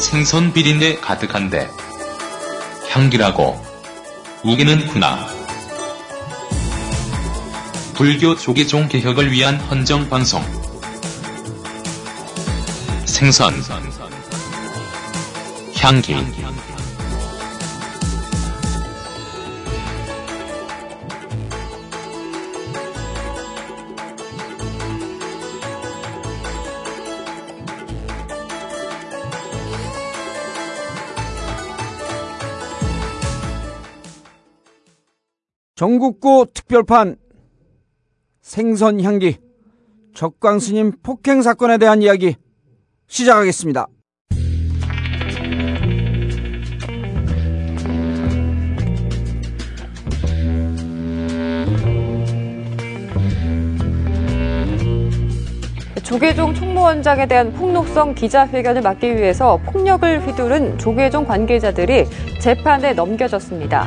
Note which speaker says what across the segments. Speaker 1: 생선 비린내 가득한데 향기라고 우기는구나. 불교 조계종 개혁을 위한 헌정 방송. 생선, 향기,
Speaker 2: 전국구 특별판 생선 향기 적광 스님 폭행 사건에 대한 이야기 시작하겠습니다.
Speaker 3: 조계종 총무원장에 대한 폭로성 기자회견을 막기 위해서 폭력을 휘두른 조계종 관계자들이 재판에 넘겨졌습니다.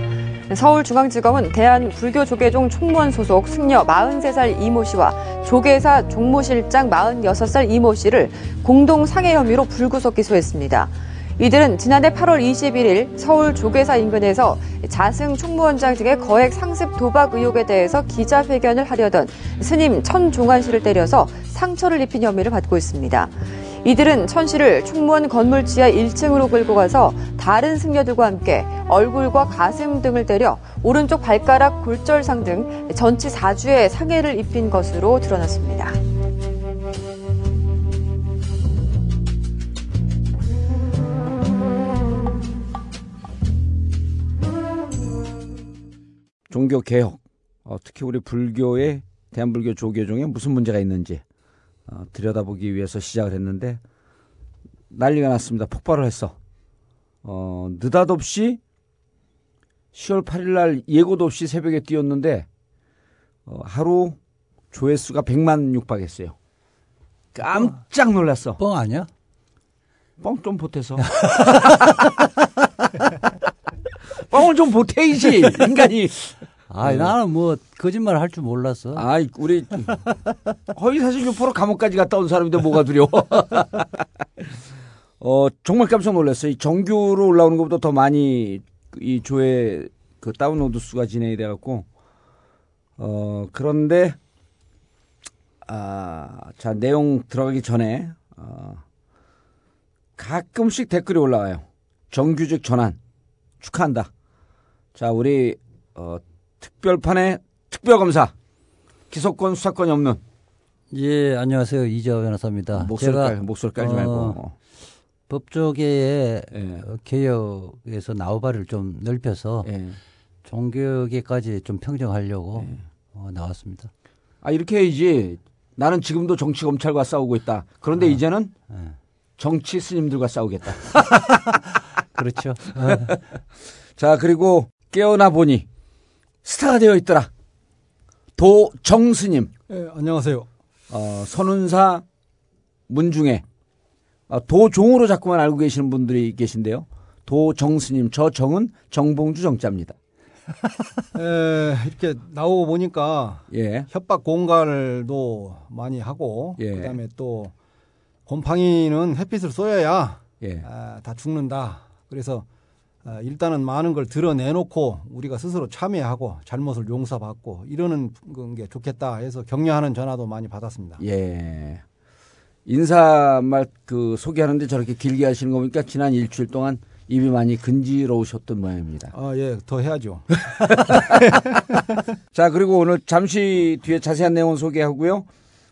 Speaker 3: 서울중앙지검은 대한불교조계종 총무원 소속 승려 43살 이모 씨와 조계사 종모 실장 46살 이모 씨를 공동 상해 혐의로 불구속 기소했습니다. 이들은 지난해 8월 21일 서울 조계사 인근에서 자승 총무원장 등의 거액 상습 도박 의혹에 대해서 기자회견을 하려던 스님 천종환 씨를 때려서 상처를 입힌 혐의를 받고 있습니다. 이들은 천 씨를 총무원 건물 지하 1층으로 끌고 가서 다른 승려들과 함께 얼굴과 가슴 등을 때려 오른쪽 발가락 골절상 등 전치 4주의 상해를 입힌 것으로 드러났습니다.
Speaker 2: 종교 개혁 어, 특히 우리 불교의 대한불교 조계종에 무슨 문제가 있는지 어, 들여다보기 위해서 시작을 했는데 난리가 났습니다. 폭발을 했어. 어, 느닷없이 10월 8일 날 예고도 없이 새벽에 뛰었는데 어, 하루 조회수가 100만 육박했어요. 깜짝 놀랐어.
Speaker 4: 뻥 아니야?
Speaker 2: 뻥 좀 보태서. 뻥을 좀 보태이지 인간이.
Speaker 4: 아, 나는 뭐 거짓말 할 줄 몰랐어.
Speaker 2: 아이 우리 허위사실 유포로 감옥까지 갔다 온 사람인데 뭐가 두려워. 어 정말 깜짝 놀랐어요. 이 정규로 올라오는 것보다 더 많이 이 조회 그 다운로드 수가 진행이 돼갖고 어 그런데 아자 내용 들어가기 전에 어, 가끔씩 댓글이 올라와요. 정규직 전환 축하한다. 자 우리 어, 특별판의 특별검사 기소권 수사권이 없는
Speaker 4: 예, 안녕하세요. 이재화 변호사입니다.
Speaker 2: 목소리
Speaker 4: 아, 제가,
Speaker 2: 깔 목소리 깔지
Speaker 4: 어,
Speaker 2: 말고
Speaker 4: 법조계의
Speaker 2: 예.
Speaker 4: 어, 개혁에서 나우바를 좀 넓혀서
Speaker 2: 예.
Speaker 4: 종교계까지 좀 평정하려고 어, 나왔습니다.
Speaker 2: 아 이렇게 해야지 나는 지금도 정치 검찰과 싸우고 있다 그런데 이제는
Speaker 4: 예.
Speaker 2: 정치 스님들과 싸우겠다
Speaker 4: 그렇죠.
Speaker 2: 자 그리고 깨어나 보니 스타가 되어 있더라 도정 스님
Speaker 4: 예, 안녕하세요.
Speaker 2: 어, 선운사 문중에 아, 도종으로 자꾸만 알고 계시는 분들이 계신데요 도정 스님 저 정은 정봉주 정자입니다
Speaker 5: 에, 이렇게 나오고 보니까
Speaker 2: 예
Speaker 5: 협박 공갈도 많이 하고
Speaker 2: 예.
Speaker 5: 그다음에 또 곰팡이는 햇빛을 쏘여야
Speaker 2: 예.
Speaker 5: 아, 다 죽는다. 그래서 아, 일단은 많은 걸 드러내놓고 우리가 스스로 참여하고 잘못을 용서받고 이러는 게 좋겠다 해서 격려하는 전화도 많이 받았습니다.
Speaker 2: 예. 인사말 그 소개하는데 저렇게 길게 하시는 거 보니까 지난 일주일 동안 입이 많이 근지러우셨던 모양입니다.
Speaker 5: 아, 예, 더 해야죠.
Speaker 2: 자, 그리고 오늘 잠시 뒤에 자세한 내용 소개하고요.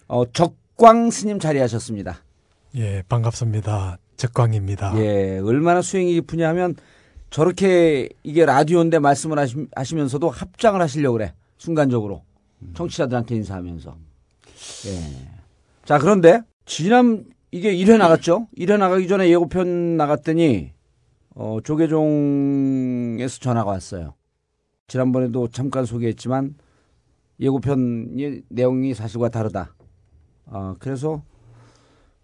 Speaker 2: 어, 적광 스님 자리하셨습니다.
Speaker 6: 예, 반갑습니다. 적광입니다.
Speaker 2: 예, 얼마나 수행이 깊으냐 하면 저렇게 이게 라디오인데 말씀을 하시, 하시면서도 합장을 하시려고 그래. 순간적으로. 청취자들한테 인사하면서. 예. 자, 그런데 지난 이게 1회 나갔죠? 1회 나가기 전에 예고편 나갔더니 어, 조계종에서 전화가 왔어요. 지난번에도 잠깐 소개했지만 예고편의 내용이 사실과 다르다. 아, 그래서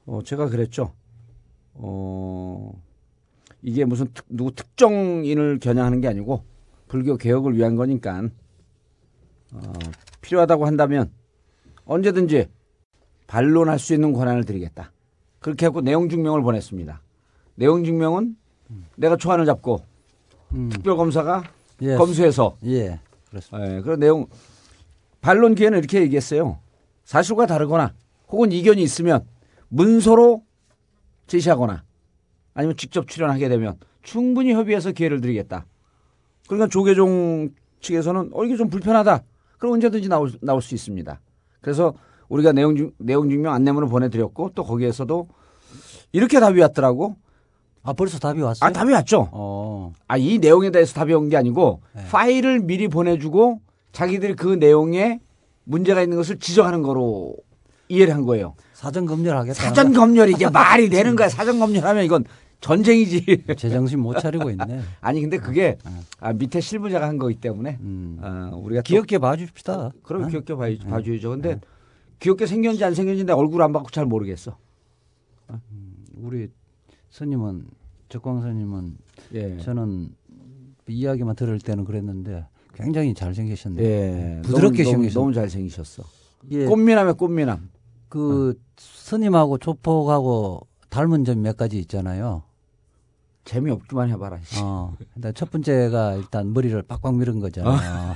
Speaker 2: 어, 제가 그랬죠. 어, 이게 무슨 특, 누구 특정인을 겨냥하는 게 아니고 불교 개혁을 위한 거니까 어, 필요하다고 한다면 언제든지 반론할 수 있는 권한을 드리겠다. 그렇게 하고 내용 증명을 보냈습니다. 내용 증명은 내가 초안을 잡고
Speaker 4: 음.
Speaker 2: 특별 검사가
Speaker 4: 예.
Speaker 2: 검수해서
Speaker 4: 예. 그렇습니다.
Speaker 2: 예, 그런 내용 반론 기회는 이렇게 얘기했어요. 사실과 다르거나 혹은 이견이 있으면 문서로 제시하거나 아니면 직접 출연하게 되면 충분히 협의해서 기회를 드리겠다. 그러니까 조계종 측에서는 어 이게 좀 불편하다. 그럼 언제든지 나올, 수- 나올 수 있습니다. 그래서 우리가 내용 증- 내용 증명 안내문을 보내드렸고 또 거기에서도 이렇게 답이 왔더라고.
Speaker 4: 아, 벌써 답이 왔어요?
Speaker 2: 아 답이 왔죠.
Speaker 4: 어.
Speaker 2: 아, 이 내용에 대해서 답이 온 게 아니고 파일을 미리 보내주고 자기들이 그 내용에 문제가 있는 것을 지적하는 거로 이해를 한 거예요.
Speaker 4: 사전 검열하겠다.
Speaker 2: 사전 검열이 이게 말이 되는 거야. 사전 검열하면 이건 전쟁이지.
Speaker 4: 제정신 못 차리고 있네.
Speaker 2: 아니, 근데 그게 아, 밑에 실무자가 한 거기 때문에 아, 우리가 또- 어?
Speaker 4: 귀엽게 음. 봐줍시다. 어?
Speaker 2: 그럼 귀엽게 봐주, 봐줘야죠. 근데 귀엽게 생겼는지 안 생겼는지 내 얼굴 안 받고 잘 모르겠어.
Speaker 4: 우리 스님은 적광 스님은
Speaker 2: 예.
Speaker 4: 저는 이야기만 들을 때는 그랬는데 굉장히 잘생기셨네요.
Speaker 2: 예.
Speaker 4: 부드럽게
Speaker 2: 너무, 너무,
Speaker 4: 생기셨네.
Speaker 2: 너무 잘생기셨어.
Speaker 4: 예,
Speaker 2: 꽃미남에 꽃미남.
Speaker 4: 그 스님하고 조폭하고 닮은 점 몇 가지 있잖아요.
Speaker 2: 재미없기만 해봐라.
Speaker 4: 어, 일단 첫 번째가 일단 머리를 빡빡 밀은 거잖아요.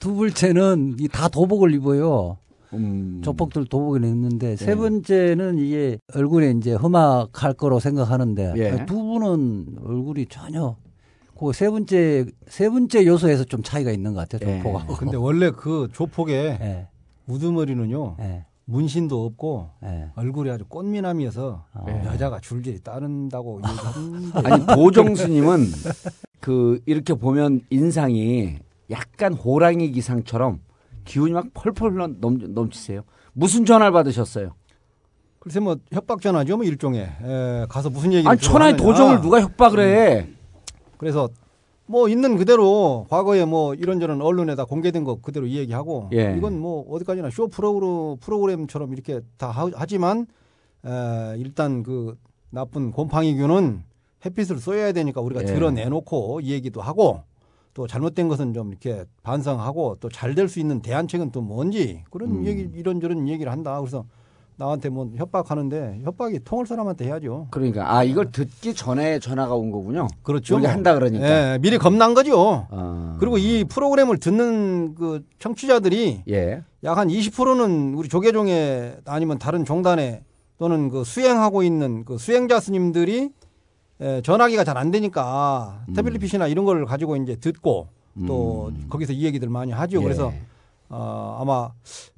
Speaker 4: 두 번째는 이 다 도복을 입어요.
Speaker 2: 음. 예.
Speaker 4: 조폭들 도복을 입는데 세 번째는 이게 얼굴에 이제 험악할 거로 생각하는데
Speaker 2: 예.
Speaker 4: 두 분은 얼굴이 전혀 그 세 번째 세 번째 요소에서 좀 차이가 있는 것 같아요.
Speaker 2: 예.
Speaker 4: 조폭하고.
Speaker 5: 근데 원래 그 조폭의
Speaker 4: 예.
Speaker 5: 우두머리는요
Speaker 4: 예.
Speaker 5: 문신도 없고
Speaker 4: 예.
Speaker 5: 얼굴이 아주 꽃미남이어서
Speaker 2: 아.
Speaker 5: 여자가 줄줄이 따른다고 얘기하는데
Speaker 2: 아니 보정수님은 그 이렇게 보면 인상이 약간 호랑이 기상처럼 기운이 막 펄펄 넘, 넘치세요. 무슨 전화를 받으셨어요?
Speaker 5: 글쎄 뭐 협박 전화죠 뭐 일종의 에, 가서 무슨 얘기
Speaker 2: 아니 천하의 도정을 누가 협박을 해?
Speaker 5: 음. 그래서 뭐 있는 그대로 과거에 뭐 이런저런 언론에다 공개된 거 그대로 이야기하고
Speaker 2: 예.
Speaker 5: 이건 뭐 어디까지나 쇼 프로그램, 프로그램처럼 이렇게 다 하- 하지만 에, 일단 그 나쁜 곰팡이균은 햇빛을 쏘여야 되니까 우리가
Speaker 2: 예.
Speaker 5: 드러내놓고 이 얘기도 하고 또 잘못된 것은 좀 이렇게 반성하고 또 잘 될 수 있는 대안책은 또 뭔지 그런
Speaker 2: 음.
Speaker 5: 얘기 이런저런 얘기를 한다 그래서 나한테 뭐 협박하는데 협박이 통할 사람한테 해야죠.
Speaker 2: 그러니까 아 이걸 듣기 전에 전화가 온 거군요.
Speaker 5: 그렇죠.
Speaker 2: 우리가
Speaker 5: 뭐.
Speaker 2: 한다 그러니까.
Speaker 5: 예, 미리 겁난 거죠.
Speaker 2: 아,
Speaker 5: 그리고 이 프로그램을 듣는 그 청취자들이
Speaker 2: 예.
Speaker 5: 약 한 20%는 우리 조계종에 아니면 다른 종단에 또는 그 수행하고 있는 그 수행자 스님들이 에, 전화기가 잘 안 되니까 태블릿피시나 이런 걸 가지고 이제 듣고 또 거기서 이 얘기들 많이 하죠.
Speaker 2: 예.
Speaker 5: 그래서 어, 아마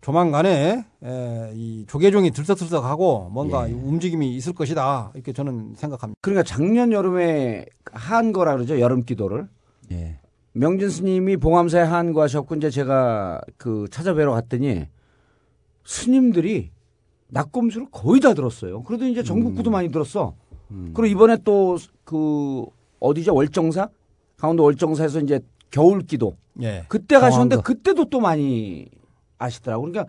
Speaker 5: 조만간에 에, 이 조계종이 들썩들썩하고 뭔가 움직임이 있을 것이다 이렇게 저는 생각합니다.
Speaker 2: 그러니까 작년 여름에 한 거라 그러죠. 여름 기도를.
Speaker 4: 예.
Speaker 2: 명진 스님이 봉암사에 한거하셨고 이제 제가 그 찾아뵈러 갔더니 스님들이 낙검수를 거의 다 들었어요. 그러더니 이제
Speaker 4: 음.
Speaker 2: 전국구도 많이 들었어. 그리고 이번에 또 그 어디죠 월정사 강원도 월정사에서 이제 겨울기도
Speaker 5: 예.
Speaker 2: 그때 가셨는데
Speaker 4: 네. 강원도.
Speaker 2: 그때도 또 많이 아시더라고. 그러니까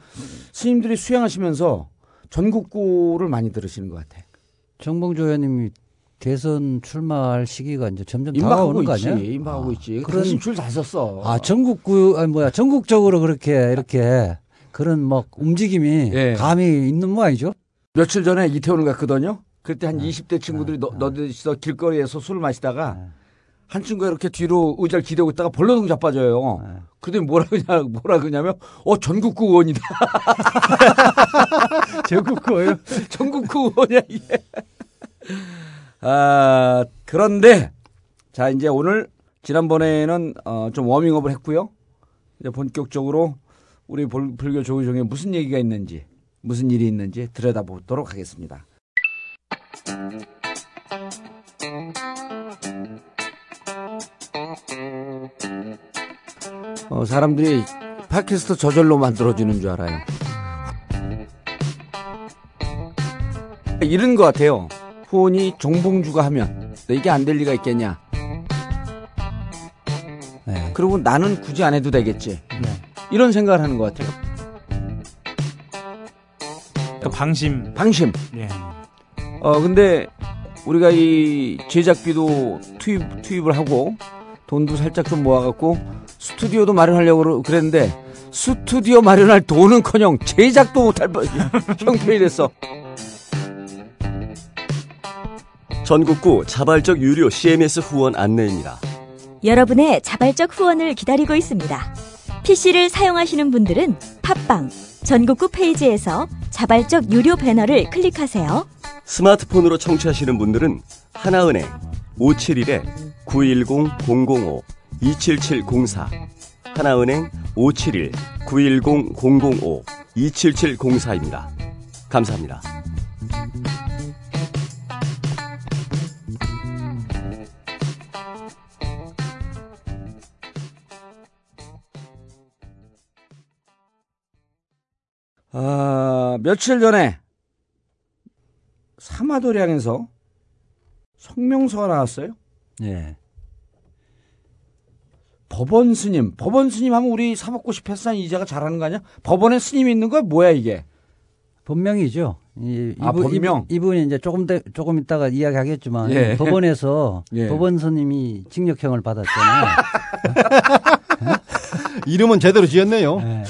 Speaker 2: 스님들이 수행하시면서 전국구를 많이 들으시는 것 같아.
Speaker 4: 정봉조 의원님이 대선 출마할 시기가 이제 점점
Speaker 2: 임박하고
Speaker 4: 다가오는 거
Speaker 2: 있지.
Speaker 4: 아니에요?
Speaker 2: 임박하고 있지.
Speaker 4: 그런-
Speaker 2: 그런 줄다 썼어.
Speaker 4: 아, 전국구 아니 뭐야 전국적으로 그렇게 이렇게 그런 막 움직임이
Speaker 2: 예.
Speaker 4: 감이 있는 모양이죠.
Speaker 2: 며칠 전에 이태원을 갔거든요.
Speaker 4: 네.
Speaker 2: 그때 한 20대 친구들이 너, 너들이서 길거리에서 술을 마시다가 한 친구가 이렇게 뒤로 의자를 기대고 있다가 벌러덩 자빠져요.
Speaker 4: 네.
Speaker 2: 그랬더니 뭐라 그냐 뭐라 그냐면 어 전국구 의원이다. 전국구요? 전국구 의원이야 이게. 아 그런데 자 이제 오늘 지난번에는 어, 좀 워밍업을 했고요. 이제 본격적으로 우리 볼- 불교 조의종에 무슨 얘기가 있는지 무슨 일이 있는지 들여다보도록 하겠습니다. 어, 사람들이 팟캐스트 저절로 만들어지는 줄 알아요. 이런 것 같아요. 후원이 정봉주가 하면 너 이게 안 될 리가 있겠냐.
Speaker 4: 네.
Speaker 2: 그리고 나는 굳이 안 해도 되겠지. 네. 이런 생각을 하는 것 같아요.
Speaker 1: 그 방심.
Speaker 2: 방심.
Speaker 1: 예.
Speaker 2: 어 근데 우리가 이 제작비도 투입 투입을 하고 돈도 살짝 좀 모아갖고 스튜디오도 마련하려고 그랬는데 스튜디오 마련할 돈은커녕 제작도 못할 뻔 형편이 됐어.
Speaker 7: 전국구 자발적 유료 CMS 후원 안내입니다.
Speaker 8: 여러분의 자발적 후원을 기다리고 있습니다. PC를 사용하시는 분들은 팟빵 전국구 페이지에서 자발적 유료 배너를 클릭하세요.
Speaker 7: 스마트폰으로 청취하시는 분들은 하나은행 571-910-005-27704 하나은행 571-910-005-27704입니다. 감사합니다.
Speaker 2: 아, 며칠 전에 사마도량에서 성명서가 나왔어요.
Speaker 4: 예.
Speaker 2: 법원 스님. 법원 스님 하면 우리 사법고시 패스한 이자가 잘하는 거 아니야? 법원에 스님이 있는 거야? 뭐야 이게?
Speaker 4: 본명이죠. 이,
Speaker 2: 아, 본명?
Speaker 4: 이분, 이 이제 조금 더, 조금 있다가 이야기하겠지만
Speaker 2: 예.
Speaker 4: 법원에서
Speaker 2: 예.
Speaker 4: 법원 스님이 징역형을 받았잖아요.
Speaker 5: 이름은 제대로 지었네요.
Speaker 4: 예.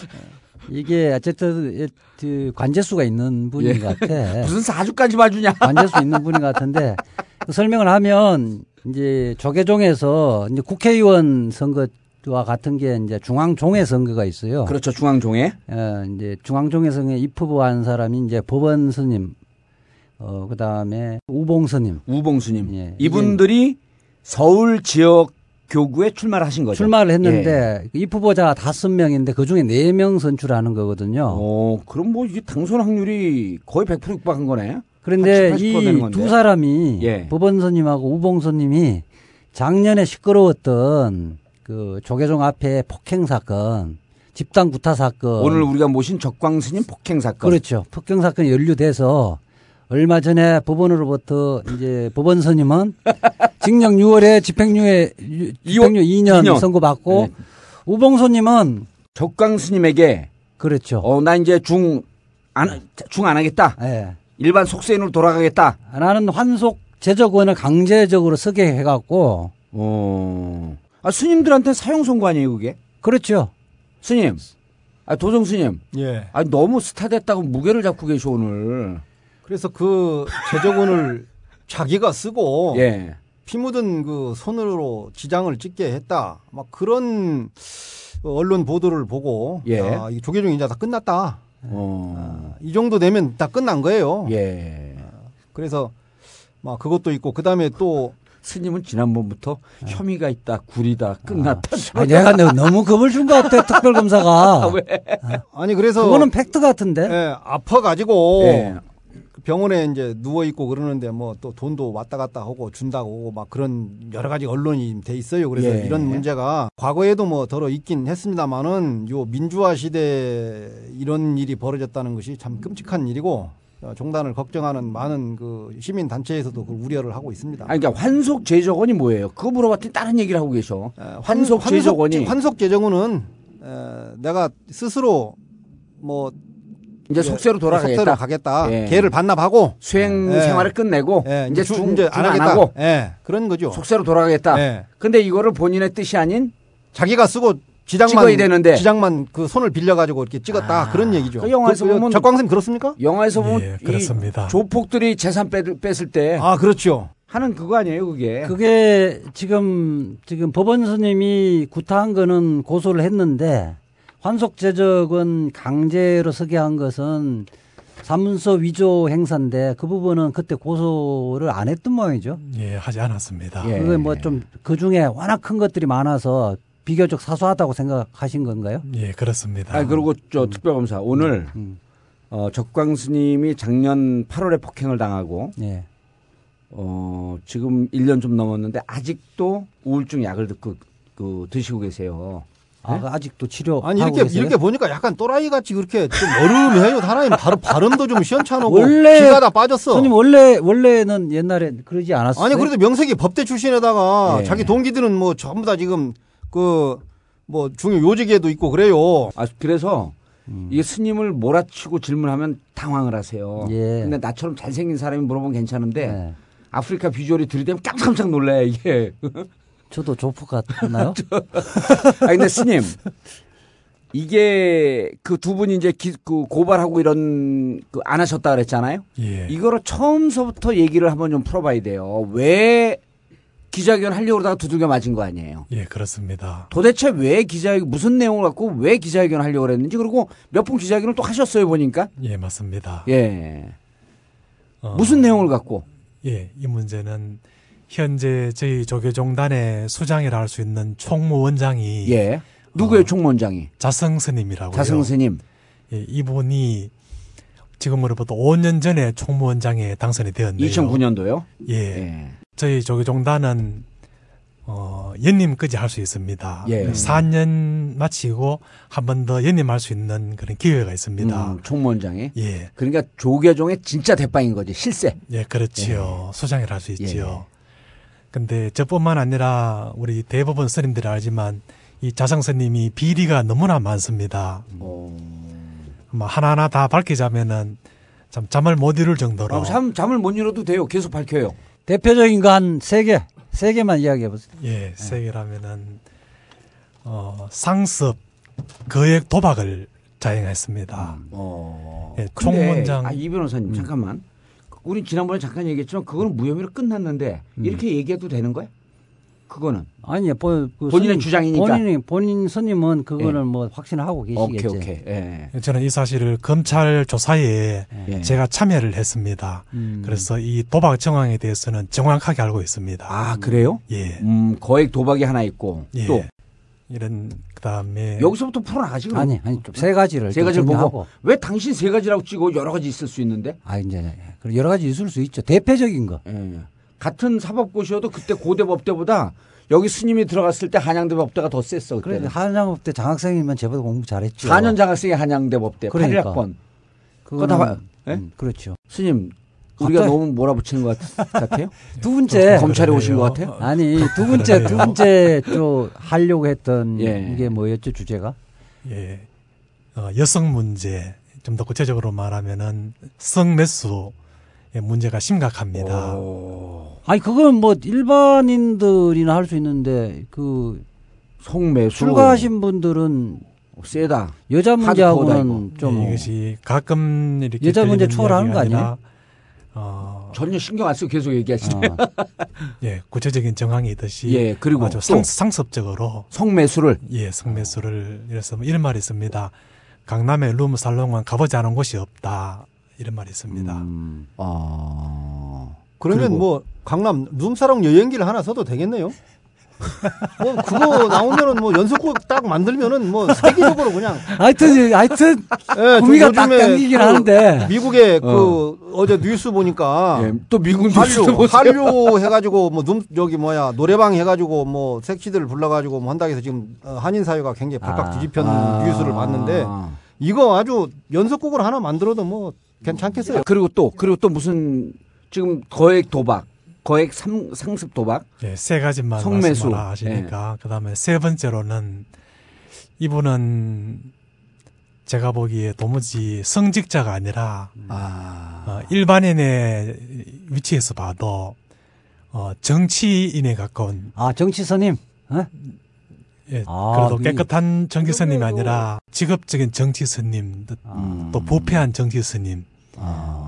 Speaker 4: 이게 어쨌든 이- 그 관제수가 있는 분인 것 같아.
Speaker 2: 예. 무슨 사주까지 봐주냐?
Speaker 4: 관제수 있는 분인 것 같은데 그 설명을 하면 이제 조계종에서 이제 국회의원 선거와 같은 게 이제 중앙종회 선거가 있어요.
Speaker 2: 그렇죠. 중앙종에.
Speaker 4: 어, 이제 중앙종회성에 입후보한 사람이 이제 법원 스님, 어, 그 다음에 우봉 스님
Speaker 2: 우봉 스님.
Speaker 4: 예.
Speaker 2: 이분들이 서울 지역 교구에 출마를 하신 거죠. 예.
Speaker 4: 출마를 했는데 그 입후보자 다섯 명인데 그 중에 네 명 선출하는 거거든요.
Speaker 2: 어, 그럼 뭐 이게 당선 확률이 거의 100% 육박한 거네.
Speaker 4: 그런데
Speaker 2: 80, 80%
Speaker 4: 이
Speaker 2: 되는 건데.
Speaker 4: 두 사람이
Speaker 2: 예.
Speaker 4: 법원 스님하고 우봉 스님이 작년에 시끄러웠던 그 조계종 앞에 폭행 사건, 집단 구타 사건,
Speaker 2: 오늘 우리가 모신 적광 스님 폭행 사건.
Speaker 4: 그렇죠. 폭경 사건이 연루돼서 얼마 전에 법원으로부터 이제 법원 선임은 징역 6월에 집행유예 유-
Speaker 2: 이월-
Speaker 4: 집행유예 2년,
Speaker 2: 이년.
Speaker 4: 선고받고
Speaker 2: 네.
Speaker 4: 우봉선님은
Speaker 2: 적광 스님에게
Speaker 4: 그렇죠.
Speaker 2: 어, 나 이제 중, 안, 중 안 하겠다.
Speaker 4: 예.
Speaker 2: 일반 속세인으로 돌아가겠다.
Speaker 4: 나는 환속 제적원을 강제적으로 쓰게 해갖고
Speaker 2: 어. 아, 스님들한테 사형 선고 아니에요, 그게?
Speaker 4: 그렇죠.
Speaker 2: 스님. 아, 도정 스님.
Speaker 5: 예.
Speaker 2: 아, 너무 스타 됐다고 무게를 잡고 계셔, 오늘.
Speaker 5: 그래서 그 제적원을 자기가 쓰고
Speaker 2: 예.
Speaker 5: 피 묻은 그 손으로 지장을 찍게 했다. 막 그런 언론 보도를 보고
Speaker 2: 예.
Speaker 5: 아, 이 조계종 이제 다 끝났다.
Speaker 2: 어.
Speaker 5: 이 정도 되면 다 끝난 거예요.
Speaker 2: 예.
Speaker 5: 그래서 막 그것도 있고 그다음에 또
Speaker 2: 스님은 지난번부터 혐의가 있다, 구리다, 끝났다.
Speaker 4: 예. 아, 내가 너- 너무 겁을 준 것 같아 특별검사가.
Speaker 5: 아니 그래서
Speaker 2: 어.
Speaker 4: 그거는 팩트 같은데.
Speaker 5: 예, 아파 가지고
Speaker 2: 예.
Speaker 5: 병원에 이제 누워 있고 그러는데 뭐 또 돈도 왔다 갔다 하고 준다고 하고 막 그런 여러 가지 언론이 돼 있어요. 그래서
Speaker 2: 예.
Speaker 5: 이런 문제가 과거에도 뭐 더러 있긴 했습니다만은 요 민주화 시대 이런 일이 벌어졌다는 것이 참 끔찍한 일이고 어, 종단을 걱정하는 많은 그 시민 단체에서도 그 우려를 하고 있습니다.
Speaker 2: 아니, 그러니까 환속 제적원이 뭐예요? 그거 물어봤더니 다른 얘기를 하고 계셔.
Speaker 5: 에, 예, 환-
Speaker 2: 환속 제적원이
Speaker 5: 환속 재정원은 에, 내가 스스로 뭐
Speaker 2: 이제 속세로 돌아가겠다.
Speaker 5: 속세로 가겠다.
Speaker 2: 예.
Speaker 5: 개를 반납하고
Speaker 2: 수행
Speaker 5: 예.
Speaker 2: 생활을 끝내고
Speaker 5: 예,
Speaker 2: 이제
Speaker 5: 주-
Speaker 2: 중,
Speaker 5: 이제
Speaker 2: 중안 하고
Speaker 5: 예, 그런 거죠.
Speaker 2: 속세로 돌아가겠다.
Speaker 5: 예.
Speaker 2: 근데 이거를 본인의 뜻이 아닌
Speaker 5: 자기가 쓰고
Speaker 2: 찍어야
Speaker 5: 지장만
Speaker 2: 되는데.
Speaker 5: 지장만 그 손을 빌려 가지고 이렇게 찍었다 그런 얘기죠.
Speaker 2: 그 영화에서
Speaker 5: 그- 그
Speaker 2: 보면-
Speaker 5: 적광쌤 그렇습니까?
Speaker 2: 영화에서 보면
Speaker 6: 예,
Speaker 2: 이
Speaker 6: 그렇습니다.
Speaker 2: 조폭들이 재산 뺏, 뺏을 때
Speaker 5: 아 그렇죠.
Speaker 2: 하는 그거 아니에요, 그게.
Speaker 4: 그게 지금 지금 법원 스님이 구타한 거는 고소를 했는데 환속 제적은 강제로 서게 한 것은 사문서 위조 행사인데 그 부분은 그때 고소를 안 했던 모양이죠.
Speaker 6: 예, 하지 않았습니다.
Speaker 2: 예.
Speaker 4: 그게
Speaker 5: 네.
Speaker 4: 뭐 좀 그 중에 워낙 큰 것들이 많아서 비교적 사소하다고 생각하신 건가요?
Speaker 6: 예, 그렇습니다.
Speaker 2: 아 그리고 저 특별검사 오늘
Speaker 4: 음.
Speaker 2: 어, 적광스님이 작년 8월에 폭행을 당하고
Speaker 4: 예.
Speaker 2: 어, 지금 1년 좀 넘었는데 아직도 우울증 약을 듣고 그 드시고 계세요.
Speaker 4: 아, 아직도 치료
Speaker 5: 네? 아니 이렇게 이렇게 보니까 약간 또라이 같이 그렇게 좀 얼음해요. 사람이 바로 발음도 좀 시원찮고
Speaker 4: 원래-
Speaker 5: 기가 다 빠졌어.
Speaker 4: 스님 원래 원래는 옛날에 그러지 않았어요.
Speaker 5: 아니 그래도 명색이 법대 출신에다가
Speaker 2: 예.
Speaker 5: 자기 동기들은 뭐 전부 다 지금 그 뭐 중요 요직에도 있고 그래요.
Speaker 2: 아 그래서 이게 스님을 몰아치고 질문하면 당황을 하세요.
Speaker 4: 예.
Speaker 2: 근데 나처럼 잘생긴 사람이 물어보면 괜찮은데
Speaker 4: 예.
Speaker 2: 아프리카 비주얼이 들이대면 깜짝깜짝 놀라요 이게.
Speaker 4: 저도 조폭 같나요?
Speaker 2: 아 근데 스님 이게 그 두 분이 이제 기- 그 고발하고 이런 그 안 하셨다 그랬잖아요.
Speaker 6: 예.
Speaker 2: 이거를 처음서부터 얘기를 한번 좀 풀어봐야 돼요. 왜 기자회견 하려고 그러다가 두들겨 맞은 거 아니에요.
Speaker 6: 예, 그렇습니다.
Speaker 2: 도대체 왜 기자회견 무슨 내용을 갖고 왜 기자회견 하려고 그랬는지 그리고 몇 분 기자회견을 또 하셨어요 보니까
Speaker 6: 예, 맞습니다.
Speaker 2: 예
Speaker 6: 어,
Speaker 2: 무슨 내용을 갖고
Speaker 6: 예, 이 문제는 현재 저희 조교종단의 수장이라 할 수 있는 총무원장이
Speaker 2: 예
Speaker 4: 어.
Speaker 2: 누구의 총무원장이
Speaker 6: 자성 스님이라고요.
Speaker 2: 자승 스님
Speaker 6: 예, 이분이 지금으로부터 5년 전에 총무원장에 당선이 되었네요.
Speaker 2: 2009년도요.
Speaker 6: 예,
Speaker 4: 네.
Speaker 2: 예.
Speaker 6: 저희 조교종단은 어, 연임까지 할 수 있습니다.
Speaker 2: 예.
Speaker 6: 4년 마치고 한 번 더 연임할 수 있는 그런 기회가 있습니다.
Speaker 2: 음, 총무원장이
Speaker 6: 예,
Speaker 2: 그러니까 조계종의 진짜 대빵인 거지 실세.
Speaker 6: 예, 그렇지요. 소장이라 할 수
Speaker 2: 예,
Speaker 6: 있지요. 근데 저뿐만 아니라 우리 대부분 스님들이 알지만 이 자성 스님이 비리가 너무나 많습니다.
Speaker 2: 음.
Speaker 6: 뭐 하나하나 다 밝히자면은 참 잠을 못 이룰 정도로.
Speaker 2: 아, 잠 잠을 못 이뤄도 돼요. 계속 밝혀요.
Speaker 4: 대표적인 거 한 세 개, 세 개만 이야기해 보세요.
Speaker 6: 예, 세계라면은 어, 상습 거액 도박을 자행했습니다.
Speaker 2: 어.
Speaker 6: 예,
Speaker 2: 근데,
Speaker 6: 총무원장
Speaker 2: 아, 이
Speaker 4: 음.
Speaker 2: 변호사님 잠깐만. 우리 지난번에 잠깐 얘기했지만 그거는 무혐의로 끝났는데
Speaker 4: 음.
Speaker 2: 이렇게 얘기해도 되는 거야? 그거는
Speaker 4: 아니요, 본, 그
Speaker 2: 본인의
Speaker 4: 스님,
Speaker 2: 주장이니까.
Speaker 4: 본인이 본인 스님은 그거는
Speaker 2: 예.
Speaker 4: 뭐 확신하고
Speaker 2: 오케이
Speaker 4: 계시겠죠.
Speaker 2: 오케이. 예.
Speaker 6: 저는 이 사실을 검찰 조사에
Speaker 2: 예. 음.
Speaker 6: 제가 참여를 했습니다. 그래서 이 도박 정황에 대해서는 정확하게 알고 있습니다.
Speaker 2: 아 그래요?
Speaker 6: 예.
Speaker 2: 음 거액 도박이 하나 있고
Speaker 6: 예.
Speaker 2: 또
Speaker 6: 이런 그다음에
Speaker 2: 여기서부터 풀어나가지 그럼.
Speaker 4: 아니, 아니 좀 세 가지를
Speaker 2: 예. 세 가지를
Speaker 4: 좀
Speaker 2: 보고
Speaker 4: 정리하고.
Speaker 2: 왜 당신 세 가지라고 찍어 여러 가지 있을 수 있는데
Speaker 4: 아 이제 그리고 여러 가지 있을 수 있죠. 대표적인 거.
Speaker 2: 예. 같은 사법고시여도 그때 고대 법대보다 여기 스님이 들어갔을 때 한양대 법대가 더 셌어
Speaker 4: 그래
Speaker 2: 그때
Speaker 4: 한양업 때 장학생이면 제보다 공부 잘했죠.
Speaker 2: 네. 4년 장학생이 한양대 법대
Speaker 4: 그러니까.
Speaker 2: 8학번
Speaker 4: 그거
Speaker 2: 그거 다 봐- 예?
Speaker 4: 그렇죠.
Speaker 2: 스님 우리가
Speaker 4: 갑자기-
Speaker 2: 너무 몰아붙이는 것 같- 같아요
Speaker 4: 두 번째
Speaker 2: 검찰에
Speaker 6: 그러네요.
Speaker 2: 오신 것 같아요
Speaker 4: 그렇죠. 아니 두 번째 두
Speaker 6: 그러네요.
Speaker 4: 번째 또 하려고 했던
Speaker 2: 예.
Speaker 4: 이게 뭐였죠 주제가?
Speaker 6: 예. 어, 여성 문제 좀 더 구체적으로 말하면은 성매수 의 문제가 심각합니다.
Speaker 4: 아니 그건 뭐 일반인들이나 할 수 있는데 그
Speaker 2: 성매수
Speaker 4: 출가하신 분들은
Speaker 2: 세다
Speaker 4: 여자
Speaker 2: 하드코어다,
Speaker 4: 문제하고는
Speaker 6: 예,
Speaker 4: 좀
Speaker 6: 이것이 가끔 이렇게
Speaker 4: 여자 문제
Speaker 6: 들리는
Speaker 4: 초월하는
Speaker 6: 이야기가
Speaker 4: 거
Speaker 6: 아니라, 어,
Speaker 2: 전혀 신경 안 쓰고 계속 얘기하시네
Speaker 4: 어,
Speaker 6: 예, 구체적인 정황이 있듯이
Speaker 2: 예, 그리고
Speaker 6: 아주
Speaker 2: 또.
Speaker 6: 상, 상습적으로
Speaker 2: 성매수를
Speaker 6: 예, 성매수를 이래서 뭐 이런 말이 있습니다. 강남의 룸 살롱은 가보지 않은 곳이 없다. 이런 말이
Speaker 4: 음.
Speaker 6: 있습니다.
Speaker 2: 아
Speaker 5: 그러면 뭐 강남 룸사롱 여행기를 하나 써도 되겠네요. 뭐 그거 나오면은 뭐 연습곡 딱 만들면은 뭐 세계적으로 그냥
Speaker 2: 아.
Speaker 4: 하여튼 하여튼
Speaker 5: 예, 저
Speaker 4: 구미가 딱
Speaker 5: 요즘에
Speaker 4: 당기긴
Speaker 5: 그
Speaker 4: 하는데
Speaker 5: 미국의 그 어제 뉴스 보니까
Speaker 2: 예, 또 미군 뉴스
Speaker 5: 한류
Speaker 2: 보세요.
Speaker 5: 한류 해가지고 뭐 룸, 저기 뭐야 노래방 해가지고 뭐 섹시들 불러가지고 뭐 한다고 해서 지금 어, 한인 사회가 굉장히 발칵
Speaker 4: 아.
Speaker 5: 뒤집혔
Speaker 2: 아.
Speaker 5: 뉴스를 봤는데 이거 아주 연속곡을 하나 만들어도 뭐 괜찮겠어요.
Speaker 2: 그리고 또 그리고 또 무슨 지금 거액 도박, 거액 삼- 상습 도박.
Speaker 6: 예, 세 가지만
Speaker 2: 성매수. 네.
Speaker 6: 말씀을 하시니까 그다음에 세 번째로는 이분은 제가 보기에 도무지 성직자가 아니라
Speaker 2: 아,
Speaker 6: 어, 일반인의 위치에서 봐도 어, 정치인에 가까운
Speaker 4: 아 정치 선임 어?
Speaker 6: 예,
Speaker 4: 아,
Speaker 6: 그래도
Speaker 2: 네.
Speaker 4: 그-
Speaker 6: 깨끗한 정치
Speaker 2: 음.
Speaker 6: 스님이 아니라 직업적인 정치 스님 또-
Speaker 2: 아.
Speaker 6: 또 부패한 정치 스님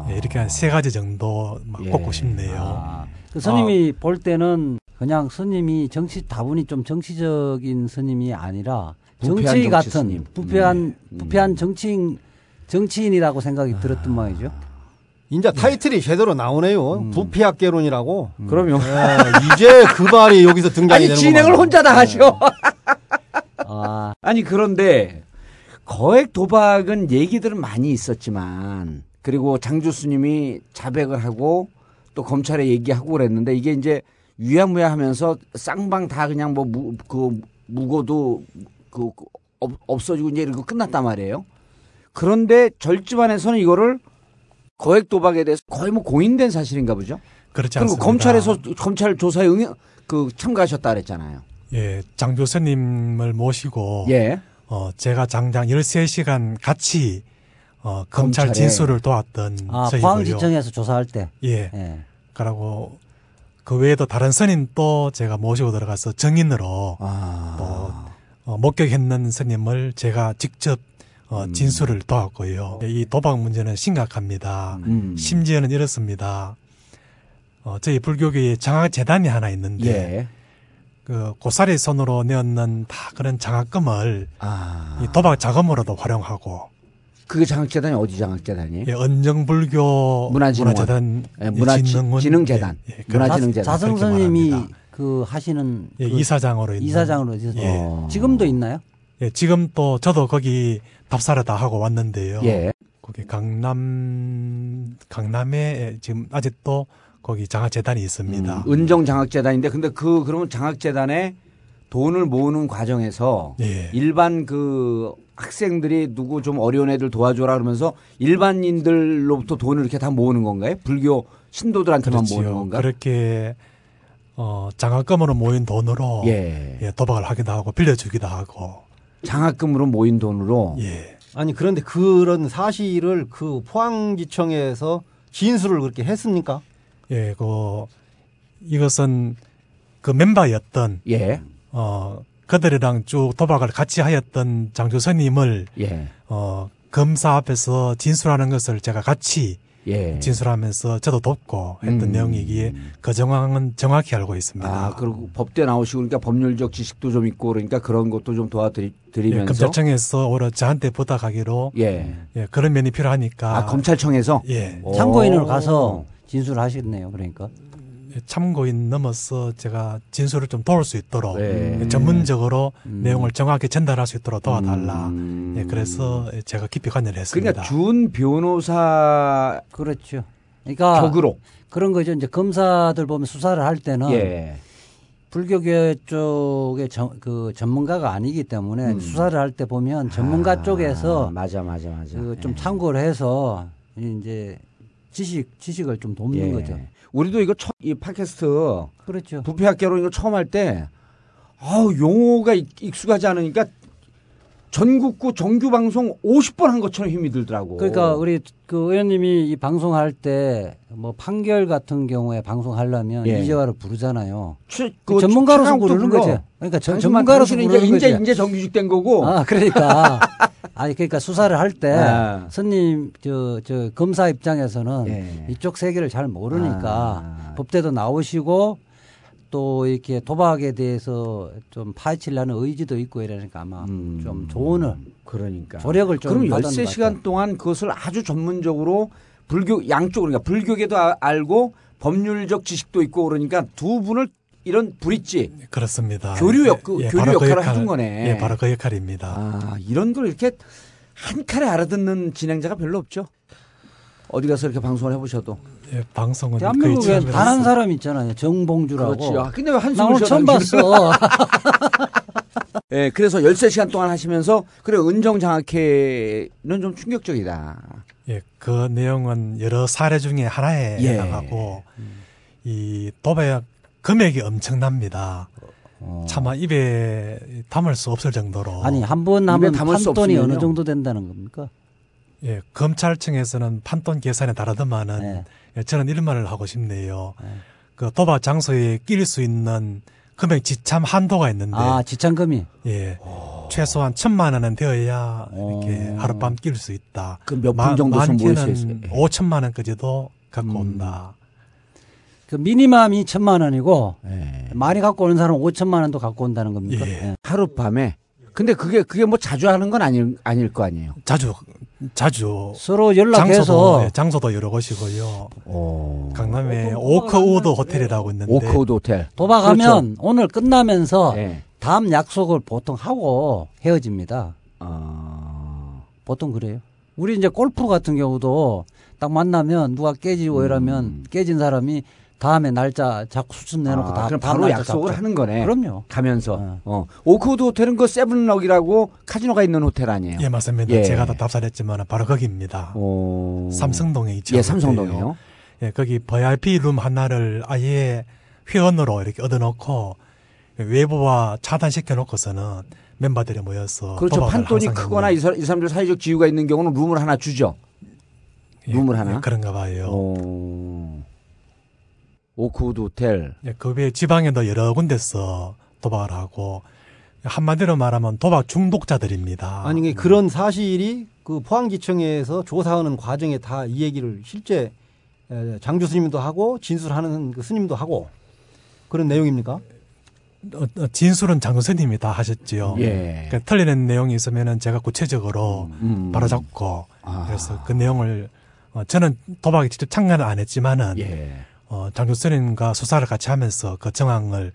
Speaker 6: 예, 이렇게 한 세 가지 정도 막
Speaker 2: 예. 아.
Speaker 6: 꼽고 싶네요.
Speaker 4: 그 스님이 볼 때는 그냥 스님이 정치 다분히 좀 정치적인 스님이 아니라
Speaker 2: 부패한
Speaker 4: 정치
Speaker 2: 정치 음.
Speaker 4: 같은
Speaker 2: 스님.
Speaker 4: 부패한 부패한 정치인 정치인이라고
Speaker 2: 아.
Speaker 4: 생각이 들었던 모양이죠.
Speaker 2: 예.
Speaker 5: 이제 타이틀이 제대로 나오네요. 부피학개론이라고.
Speaker 2: 음. 그럼요.
Speaker 5: 예, 이제 그 말이 여기서 등장이 네.
Speaker 2: 아니
Speaker 5: 되는
Speaker 2: 진행을 혼자 다 하셔.
Speaker 4: 아,
Speaker 2: 아니 그런데 거액 도박은 얘기들은 많이 있었지만 그리고 장주스님이 자백을 하고 또 검찰에 얘기하고 그랬는데 이게 이제 유야무야하면서 쌍방 다 그냥 뭐 그 무고도 그 그 없- 없어지고 이제 이렇게 끝났단 말이에요. 그런데 절집안에서는 이거를 거액 도박에 대해서 거의 뭐 공인된 사실인가 보죠.
Speaker 6: 그렇지
Speaker 2: 그리고
Speaker 6: 않습니다.
Speaker 2: 검찰에서 검찰 조사에 응그 참가하셨다 그랬잖아요.
Speaker 6: 예, 장 교수님을 모시고
Speaker 2: 예.
Speaker 6: 어, 제가 장장 13시간 같이 어, 검찰
Speaker 2: 검찰에.
Speaker 6: 진술을 도왔던
Speaker 4: 아
Speaker 6: 저희고요.
Speaker 4: 포항지청에서 조사할 때.
Speaker 6: 예.
Speaker 2: 네.
Speaker 4: 예.
Speaker 6: 그러고 그 외에도 다른 선임 또 제가 모시고 들어가서 정인으로 또 어, 목격했는 스님을 제가 직접 어, 진술을 도왔고요. 이 도박 문제는 심각합니다.
Speaker 2: 음.
Speaker 6: 심지어는 이렇습니다. 어, 저희 불교계에 장학재단이 하나 있는데
Speaker 2: 예.
Speaker 6: 그 고사리 손으로 내었는 다 그런 장학금을
Speaker 2: 아.
Speaker 6: 이 도박 자금으로도 활용하고
Speaker 2: 그게 장학재단이 어디 장학재단이에요?
Speaker 6: 예, 언정불교
Speaker 2: 문화진흥원.
Speaker 6: 문화재단
Speaker 2: 예, 문화진흥원.
Speaker 6: 진흥재단.
Speaker 2: 문화-
Speaker 6: 예, 그런-
Speaker 2: 문화진흥재단.
Speaker 4: 자성
Speaker 6: 그렇게
Speaker 4: 스님이
Speaker 6: 말합니다.
Speaker 4: 그 하시는
Speaker 6: 예,
Speaker 4: 그
Speaker 6: 이사장으로 있는
Speaker 4: 이사장으로 있어서
Speaker 6: 예.
Speaker 2: 어.
Speaker 4: 지금도 있나요?
Speaker 6: 예, 지금 또 저도 거기 답사를 다 하고 왔는데요.
Speaker 2: 예.
Speaker 6: 거기 강남 강남에 지금 아직도 거기 장학재단이 있습니다.
Speaker 2: 음, 은정 장학재단인데 근데 그 그러면 장학재단에 돈을 모으는 과정에서
Speaker 6: 예.
Speaker 2: 일반 그 학생들이 누구 좀 어려운 애들 도와줘라 그러면서 일반인들로부터 돈을 이렇게 다 모으는 건가요? 불교 신도들한테만 모으는
Speaker 6: 그렇지요.
Speaker 2: 건가?
Speaker 6: 그렇게 어, 장학금으로 모인 돈으로
Speaker 2: 예.
Speaker 6: 예, 도박을 하기도 하고 빌려주기도 하고
Speaker 2: 장학금으로 모인 돈으로
Speaker 6: 예.
Speaker 5: 아니 그런데 그런 사실을 그 포항지청에서 진술을 그렇게 했습니까?
Speaker 6: 예, 그 이것은 그 멤버였던
Speaker 2: 예.
Speaker 6: 어 그들이랑 쭉 도박을 같이 하였던 장조선님을
Speaker 2: 예.
Speaker 6: 어 검사 앞에서 진술하는 것을 제가 같이
Speaker 2: 예.
Speaker 6: 진술하면서 저도 돕고 했던
Speaker 2: 음.
Speaker 6: 내용이기에 그 정황은 정확히 알고 있습니다.
Speaker 4: 네.
Speaker 2: 아, 그리고 법대 나오시고 그러니까 법률적 지식도 좀 있고 그러니까 그런 것도 좀
Speaker 6: 예,
Speaker 2: 도와드리면서
Speaker 6: 검찰청에서 오히려 저한테 부탁하기로
Speaker 2: 예.
Speaker 6: 예, 그런 면이 필요하니까
Speaker 2: 아, 검찰청에서
Speaker 6: 예,
Speaker 2: 오.
Speaker 4: 참고인으로 가서 진술을 하시겠네요. 그러니까
Speaker 6: 참고인 넘어서 제가 진술을 좀 도울 수 있도록 네,
Speaker 2: 예.
Speaker 6: 전문적으로 내용을 정확히 전달할 수 있도록 도와달라.
Speaker 2: 음.
Speaker 6: 예, 그래서 제가 깊이 관여를 했습니다.
Speaker 2: 그러니까 준 변호사
Speaker 4: 그렇죠. 그러니까
Speaker 2: 격으로
Speaker 4: 그런 거죠. 이제 검사들 보면 수사를 할 때는
Speaker 2: 예.
Speaker 4: 불교계 쪽의 전- 그 전문가가 아니기 때문에 수사를 할 때 보면 전문가
Speaker 2: 음. 아,
Speaker 4: 쪽에서
Speaker 2: 맞아 맞아 맞아.
Speaker 4: 그
Speaker 2: 예.
Speaker 4: 좀 참고를 해서 이제 지식 지식을 좀 돕는
Speaker 2: 예.
Speaker 4: 거죠.
Speaker 2: 우리도 이거 처, 이 팟캐스트
Speaker 4: 그렇죠.
Speaker 2: 부패학개론 이거 처음 할 때 아우 용어가 익- 익숙하지 않으니까 전국구 정규 방송 50번 한 것처럼 힘이 들더라고.
Speaker 4: 그러니까 우리 그 의원님이 이 방송할 때 뭐 판결 같은 경우에 방송하려면
Speaker 2: 예.
Speaker 4: 이재화를 부르잖아요.
Speaker 2: 최-
Speaker 4: 그
Speaker 2: 그
Speaker 4: 전문가로서
Speaker 2: 최강욱도
Speaker 4: 부르는
Speaker 2: 불러.
Speaker 4: 거죠. 그러니까 전-
Speaker 2: 당신만-
Speaker 4: 전문가로서
Speaker 2: 당신은
Speaker 4: 부르는
Speaker 2: 이제,
Speaker 4: 거죠.
Speaker 2: 이제 이제 정규직된 거고.
Speaker 4: 아 그러니까 아니 그러니까 수사를 할 때
Speaker 2: 아.
Speaker 4: 스님 저 저 검사 입장에서는
Speaker 2: 예.
Speaker 4: 이쪽 세계를 잘 모르니까
Speaker 2: 아.
Speaker 4: 법대도 나오시고 또 이렇게 도박에 대해서 좀 파헤치려는 의지도 있고 이러니까 아마
Speaker 2: 음.
Speaker 4: 좀 조언을
Speaker 2: 그러니까.
Speaker 4: 조력을 좀
Speaker 2: 그럼
Speaker 4: 받았는 것
Speaker 2: 13시간
Speaker 4: 같아요.
Speaker 2: 동안 그것을 아주 전문적으로 불교 양쪽 그러니까 불교계도 아- 알고 법률적 지식도 있고 그러니까 두 분을 이런 브릿지
Speaker 6: 네, 그렇습니다.
Speaker 2: 교류 역-
Speaker 6: 예,
Speaker 2: 교류
Speaker 6: 바로
Speaker 2: 역할을 해준 거네.
Speaker 6: 예, 바로 그 역할입니다.
Speaker 2: 아, 이런 걸 이렇게 한 칼에 알아듣는 진행자가 별로 없죠. 어디 가서 이렇게 방송을 해보셔도.
Speaker 6: 예, 방송은
Speaker 4: 대한민국엔
Speaker 6: 거의
Speaker 4: 단 한
Speaker 6: 처음이라서.
Speaker 4: 사람 있잖아요 정봉주라고
Speaker 2: 그렇지. 아, 근데 왜
Speaker 4: 나
Speaker 2: 한숨을
Speaker 4: 오늘
Speaker 2: 쉬어,
Speaker 4: 처음
Speaker 2: 당신은?
Speaker 4: 봤어
Speaker 2: 예, 그래서 13시간 동안 하시면서 그래 은정장학회는 좀 충격적이다.
Speaker 6: 예, 그 내용은 여러 사례 중에 하나에
Speaker 2: 예.
Speaker 6: 해당하고 이 도박 금액이 엄청납니다.
Speaker 2: 어.
Speaker 6: 차마 입에 담을 수 없을 정도로
Speaker 4: 아니 한 번
Speaker 2: 입에
Speaker 4: 하면
Speaker 2: 담을 수
Speaker 4: 판돈이
Speaker 2: 없으면요.
Speaker 4: 어느 정도 된다는 겁니까?
Speaker 6: 예, 검찰청에서는 판돈 계산에 다르더만은
Speaker 4: 네.
Speaker 6: 예, 저는 이런 말을 하고 싶네요. 그 도박 장소에 끼릴 수 있는 금액 지참 한도가 있는데
Speaker 2: 네.
Speaker 4: 아 지창금이
Speaker 6: 예, 최소한 천만 원은 되어야 이렇게 하룻밤 끼울 수 있다.
Speaker 2: 그몇분 정도 선보일 수 있어요? 음. 예.
Speaker 6: 오천만 원까지도 갖고 온다.
Speaker 4: 그 미니멈이 천만 원이고
Speaker 2: 예.
Speaker 4: 많이 갖고 오는 사람은 5천만 원도 갖고 온다는 겁니까?
Speaker 6: 예.
Speaker 2: 네.
Speaker 4: 예.
Speaker 2: 하룻밤에. 근데 그게 그게 뭐 자주 하는 건 아닐 아닐 거 아니에요.
Speaker 6: 자주 자주
Speaker 4: 서로
Speaker 6: 장소도
Speaker 4: 연락해서
Speaker 6: 예, 장소도 여러 곳이고요.
Speaker 2: 오.
Speaker 6: 강남에 오크우드 호텔이라고 있는데
Speaker 2: 오크우드 호텔.
Speaker 4: 도박하면 오늘 끝나면서
Speaker 2: 그렇죠. 예.
Speaker 4: 다음 약속을 보통 하고 헤어집니다.
Speaker 2: 아.
Speaker 4: 보통 그래요. 우리 이제 골프 같은 경우도 딱 만나면 누가
Speaker 2: 음.
Speaker 4: 깨지고 이러면 깨진 사람이 다음에 날짜 자꾸 수준 내놓고
Speaker 2: 아,
Speaker 4: 다
Speaker 2: 그럼
Speaker 4: 다음
Speaker 2: 바로
Speaker 4: 날짜
Speaker 2: 약속을
Speaker 4: 잡죠.
Speaker 2: 하는 거네.
Speaker 4: 그럼요.
Speaker 2: 가면서. 어. 오크우드 호텔은 그 세븐럭이라고 카지노가 있는 호텔 아니에요?
Speaker 6: 예 맞습니다.
Speaker 2: 예.
Speaker 6: 제가 다 답사했지만 바로 거기입니다.
Speaker 2: 오.
Speaker 6: 삼성동에 있죠.
Speaker 2: 예, 삼성동이요.
Speaker 6: 예 거기 VIP 룸 하나를 아예 회원으로 이렇게 얻어놓고 외부와 차단시켜 놓고서는 멤버들이 모여서
Speaker 2: 그렇죠.
Speaker 6: 예. 도박을
Speaker 2: 판돈이
Speaker 6: 항상
Speaker 2: 크거나 이,
Speaker 6: 했는데.
Speaker 2: 사, 이 사람들 사회적 지위가 있는 경우는 룸을 하나 주죠.
Speaker 6: 예,
Speaker 2: 룸을 하나?
Speaker 6: 예, 그런가
Speaker 2: 어.
Speaker 6: 봐요.
Speaker 2: 오. 오크우드 호텔.
Speaker 6: 예, 그 외에 지방에도 여러 군데서 도박을 하고 한마디로 말하면 도박 중독자들입니다.
Speaker 5: 아니 이게 그런 사실이 그 포항지청에서 조사하는 과정에 다 이 얘기를 실제 에, 장주 스님도 하고 진술하는 그 스님도 하고 그런 내용입니까?
Speaker 6: 어, 어, 진술은 장선님이 다 하셨지요.
Speaker 2: 예.
Speaker 6: 그러니까 틀리는 내용이 있으면은 제가 구체적으로
Speaker 2: 음.
Speaker 6: 바로잡고
Speaker 2: 아.
Speaker 6: 그래서 그 내용을 어, 저는 도박에 직접 참가는 안 했지만은
Speaker 2: 예.
Speaker 6: 어, 장교 선님과 수사를 같이 하면서 그 정황을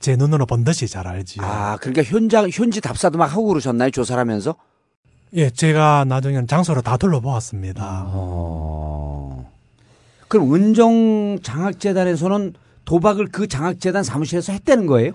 Speaker 6: 제 눈으로 본 듯이 잘 알지요.
Speaker 2: 아, 그러니까 현장 현지 답사도 막 하고 그러셨나요? 조사를 하면서?
Speaker 6: 예, 제가 나중에는 장소를 다 둘러보았습니다.
Speaker 2: 아. 어. 그럼 은정 장학재단에서는 도박을 그 장학재단 사무실에서 했다는 거예요?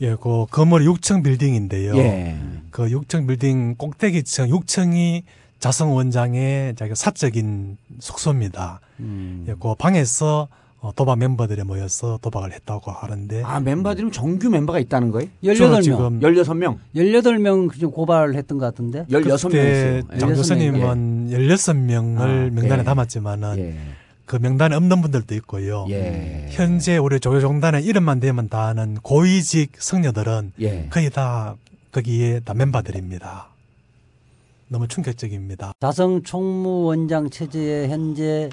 Speaker 6: 예, 그 건물이 6층 빌딩인데요.
Speaker 2: 예.
Speaker 6: 그 6층 빌딩 꼭대기층 6층이 자성 원장의 자기 사적인 숙소입니다.
Speaker 2: 음.
Speaker 6: 예, 그 방에서 어, 도박 멤버들이 모여서 도박을 했다고 하는데
Speaker 2: 아, 멤버들이 정규 멤버가 있다는 거예요?
Speaker 6: 주로
Speaker 4: 18명.
Speaker 6: 지금
Speaker 2: 16명?
Speaker 4: 18명 지금 고발을 했던 것 같은데.
Speaker 2: 16명
Speaker 6: 그때
Speaker 2: 있어요.
Speaker 6: 장
Speaker 4: 예.
Speaker 6: 교수님은 16명을
Speaker 2: 아,
Speaker 6: 명단에
Speaker 2: 예.
Speaker 6: 담았지만은
Speaker 2: 예.
Speaker 6: 그 명단에 없는 분들도 있고요.
Speaker 2: 예.
Speaker 6: 현재 우리 조교종단에 이름만 대면 다 아는 고위직 성녀들은
Speaker 2: 예.
Speaker 6: 거의 다 거기에 다 멤버들입니다. 너무 충격적입니다.
Speaker 4: 자성 총무원장 체제에 현재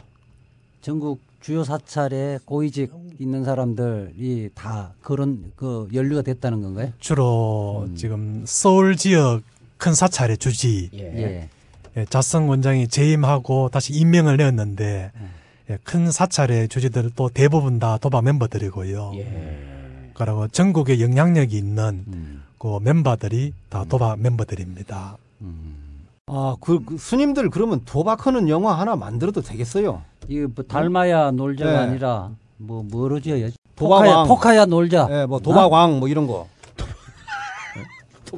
Speaker 4: 전국 주요 사찰에 고위직 있는 사람들이 다 그런 그 연루가 됐다는 건가요?
Speaker 6: 주로
Speaker 2: 음.
Speaker 6: 지금 서울 지역 큰 사찰의 주지
Speaker 4: 예.
Speaker 6: 예, 자성 원장이 재임하고 다시 임명을 내었는데
Speaker 2: 음.
Speaker 6: 예, 큰 사찰의 주지들 또 대부분 다 도박 멤버들이고요.
Speaker 2: 예.
Speaker 6: 그리고 전국에 영향력이 있는
Speaker 2: 음.
Speaker 6: 그 멤버들이 다 도박 멤버들입니다.
Speaker 5: 아, 그, 그 스님들 그러면 도박하는 영화 하나 만들어도 되겠어요.
Speaker 4: 이거 뭐 닮아야 놀자가
Speaker 5: 예.
Speaker 4: 아니라 뭐 뭐로 지어야지. 포카야,
Speaker 5: 도박왕.
Speaker 4: 포카야
Speaker 2: 아.
Speaker 4: 놀자. 어?
Speaker 5: 예, 뭐 도박왕 뭐 이런 거.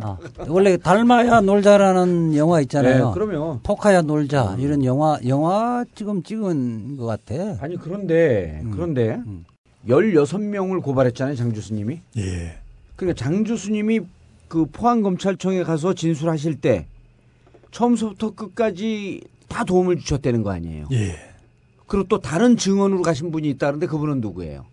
Speaker 4: 아, 원래 닮아야 놀자라는 영화 있잖아요.
Speaker 2: 네, 그러면
Speaker 4: 포카야 놀자 이런 영화 영화 지금 찍은 것 같아.
Speaker 2: 아니 그런데 그런데
Speaker 4: 음.
Speaker 2: 16명을 고발했잖아요, 장 교수님이.
Speaker 6: 예.
Speaker 2: 그러니까 장 교수님이 그 포항 검찰청에 가서 진술하실 때 처음서부터 끝까지 다 도움을 주셨다는 거 아니에요.
Speaker 6: 예.
Speaker 2: 그리고 또 다른 증언으로 가신 분이 있다는데 그분은 누구예요?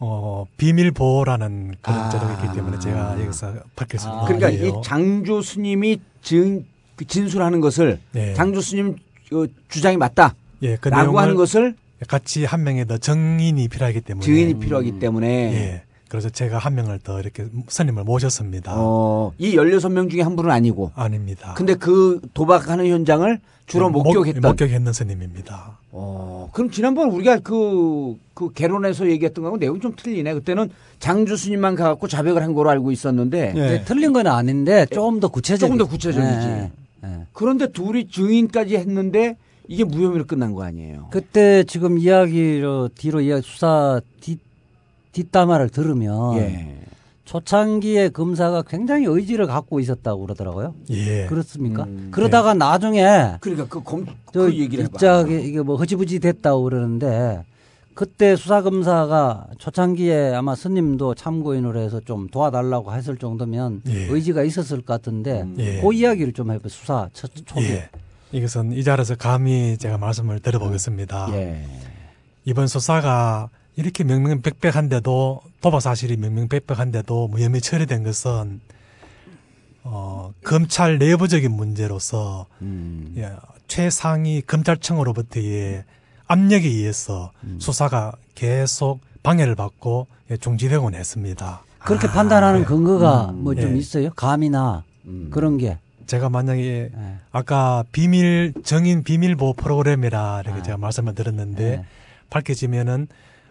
Speaker 6: 어, 비밀 보호라는 그런
Speaker 2: 아.
Speaker 6: 제도가 있기 때문에 제가 여기서 예. 밝힐 수는
Speaker 4: 아.
Speaker 6: 없네요.
Speaker 2: 그러니까 이 장 교수님이 증 그 진술하는 것을
Speaker 6: 네.
Speaker 2: 장 교수님 어, 주장이 맞다라고
Speaker 6: 예, 그
Speaker 2: 하는
Speaker 6: 내용을
Speaker 2: 것을
Speaker 6: 같이 한 명의 더 증인이 필요하기 때문에
Speaker 2: 증인이 필요하기 때문에
Speaker 6: 네. 예. 그래서 제가 한 명을 더 이렇게 선임을 모셨습니다.
Speaker 2: 어, 이 16명 중에 한 분은 아니고
Speaker 6: 아닙니다. 예, 네,
Speaker 2: 근데 그 도박하는 현장을 주로
Speaker 6: 목-
Speaker 2: 목격했던
Speaker 6: 목격했는 스님입니다.
Speaker 2: 어, 그럼 지난번 우리가 그, 그 개론에서 얘기했던 거하고 내용이 좀 틀리네. 그때는 장주스님만 가갖고 자백을 한 거로 알고 있었는데.
Speaker 5: 예.
Speaker 4: 근데 틀린 건 아닌데 조금 더 구체적.
Speaker 2: 조금 더 구체적이지. 예, 그런데 둘이 증인까지 했는데 이게 무혐의로 끝난 거 아니에요.
Speaker 4: 그때 지금 이야기로 뒤로 이야기 수사 뒷 뒷담화를 들으면
Speaker 2: 예.
Speaker 4: 초창기에 검사가 굉장히 의지를 갖고 있었다고 그러더라고요.
Speaker 6: 예.
Speaker 4: 그렇습니까? 그러다가 나중에
Speaker 2: 그러니까 그 검,
Speaker 4: 저
Speaker 2: 그 얘기를 해봐.
Speaker 4: 입장에 이게 뭐 허지부지 됐다고 그러는데 그때 수사검사가 초창기에 아마 스님도 참고인으로 해서 좀 도와달라고 했을 정도면
Speaker 6: 예.
Speaker 4: 의지가 있었을 것 같은데
Speaker 6: 예.
Speaker 4: 그 이야기를 좀 해봐 수사 첫 초기
Speaker 6: 예. 이것은 이 자리에서 감히 제가 말씀을 드려보겠습니다.
Speaker 2: 예.
Speaker 6: 이번 수사가 이렇게 명명백백한데도 도박 사실이 명명백백한데도 무혐의 처리된 것은 어, 검찰 내부적인 문제로서
Speaker 4: 음.
Speaker 6: 예, 최상위 검찰청으로부터의 압력에 의해서
Speaker 4: 음.
Speaker 6: 수사가 계속 방해를 받고 예, 중지되곤 했습니다.
Speaker 4: 그렇게 판단하는 근거가 뭐 좀
Speaker 6: 아, 예. 음.
Speaker 4: 있어요 감이나 그런 게
Speaker 6: 제가 만약에
Speaker 4: 예.
Speaker 6: 아까 비밀 정인 비밀 보호 프로그램이라 이렇게 제가 말씀을 드렸는데
Speaker 4: 아. 네.
Speaker 6: 밝혀지면은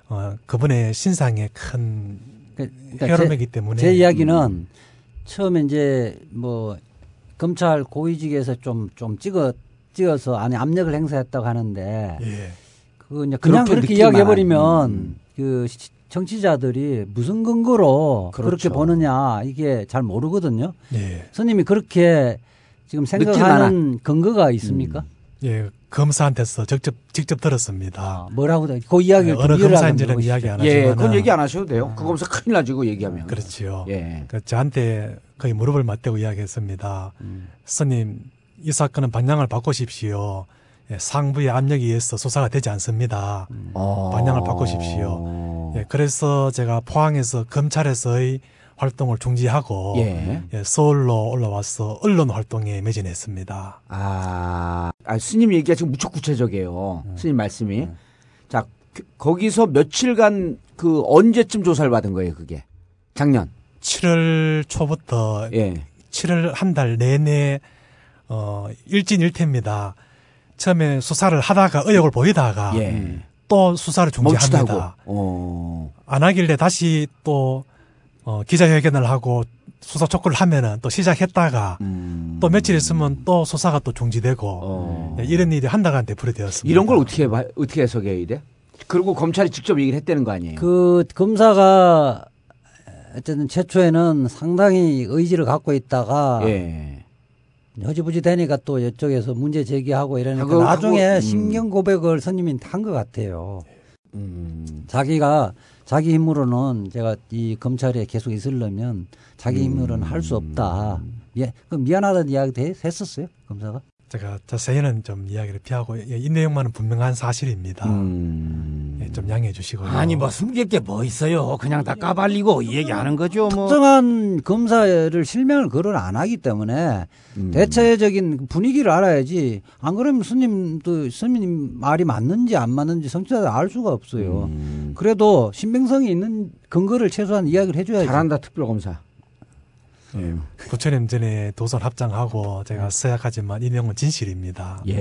Speaker 6: 어, 그분의 신상에 큰
Speaker 4: 그-
Speaker 6: 혈음이기
Speaker 4: 제,
Speaker 6: 때문에 음.
Speaker 4: 제 이야기는 처음에 이제 뭐 검찰 고위직에서 좀 좀 찍어 찍어서 안에 압력을 행사했다고 하는데
Speaker 6: 예.
Speaker 4: 그 이제 그냥
Speaker 2: 그렇게
Speaker 4: 그렇게
Speaker 2: 느낄
Speaker 4: 이야기해
Speaker 2: 만한,
Speaker 4: 버리면
Speaker 2: 음.
Speaker 4: 그 시- 정치자들이 무슨 근거로 그렇게
Speaker 2: 그렇죠.
Speaker 4: 보느냐 이게 잘 모르거든요.
Speaker 6: 예.
Speaker 4: 스님이 그렇게 지금
Speaker 2: 느낄
Speaker 4: 생각하는 근거가 있습니까?
Speaker 6: 예. 검사한테서 직접 직접 들었습니다.
Speaker 4: 아, 뭐라고 돼? 그 이야기를 좀
Speaker 6: 네, 어느
Speaker 4: 이해를
Speaker 6: 검사인지는
Speaker 4: 하는
Speaker 6: 이야기 안 하지만
Speaker 2: 예, 그건 얘기 안 하셔도 돼요. 그 검사 큰일 나지, 그거 얘기하면.
Speaker 6: 그렇지요.
Speaker 2: 예.
Speaker 6: 그 저한테 거의 무릎을 맞대고 이야기했습니다.
Speaker 2: 음.
Speaker 6: 스님, 이 사건은 반영을 바꾸십시오. 예, 상부의 압력에 의해서 수사가 되지 않습니다.
Speaker 2: 어.
Speaker 6: 방향을 바꾸십시오. 예, 그래서 제가 포항에서 검찰에서의 활동을 중지하고
Speaker 2: 예.
Speaker 6: 예, 서울로 올라와서 언론 활동에 매진했습니다.
Speaker 2: 아, 아, 스님 얘기가 지금 무척 구체적이에요.
Speaker 9: 네.
Speaker 2: 스님 말씀이. 자, 그- 거기서 며칠간 그 언제쯤 조사를 받은 거예요, 그게? 작년.
Speaker 6: 7월 초부터
Speaker 9: 네.
Speaker 2: 예.
Speaker 6: 7월 한 달 내내 어 일진일퇴입니다. 처음에 수사를 하다가 의욕을 보이다가
Speaker 2: 예.
Speaker 6: 또 수사를 중지합니다.
Speaker 2: 멈칫하고. 어.
Speaker 6: 안 하길래 다시 또 어, 기자회견을 하고 수사 촉구를 하면은 또 시작했다가
Speaker 2: 음.
Speaker 6: 또 며칠 있으면 또 수사가 또 중지되고
Speaker 2: 어.
Speaker 6: 네, 이런 일이 한 달간 되풀이되었습니다.
Speaker 2: 이런 걸 어떻게 봐- 어떻게 해석해야 돼? 그리고 검찰이 직접 얘기를 했다는 거 아니에요?
Speaker 4: 그 검사가 어쨌든 최초에는 상당히 의지를 갖고
Speaker 9: 아,
Speaker 4: 있다가
Speaker 2: 예.
Speaker 4: 허지부지 되니까 또 이쪽에서 문제 제기하고 이러니까
Speaker 2: 하고,
Speaker 4: 나중에
Speaker 2: 하고, 음.
Speaker 4: 신경 고백을 선임이 한 것 같아요.
Speaker 2: 음.
Speaker 4: 자기가 자기 힘으로는 제가 이 검찰에 계속 있으려면
Speaker 2: 음.
Speaker 4: 자기 힘으로는 할 수 없다. 예, 그 미안하다는 이야기도 했- 했었어요 검사가.
Speaker 6: 제가 자세히는 좀 이야기를 피하고 예, 이 내용만은 분명한 사실입니다.
Speaker 2: 음.
Speaker 6: 예, 좀 양해해 주시고요.
Speaker 9: 아니 뭐 숨길 게 뭐 있어요. 그냥 다 까발리고 이 얘기하는 거죠. 뭐
Speaker 4: 특정한 검사를 실명을 거론 안 하기 때문에
Speaker 2: 음.
Speaker 4: 대체적인 분위기를 알아야지. 안 그러면 스님도 스님 말이 맞는지 안 맞는지 성취자들 알 수가 없어요.
Speaker 2: 음.
Speaker 4: 그래도 신빙성이 있는 근거를 최소한 이야기를 해줘야지.
Speaker 2: 잘한다 특별검사.
Speaker 9: 예.
Speaker 6: 부처님 전에 도선 합장하고 제가 서약하지만 이 내용은 진실입니다.
Speaker 2: 네.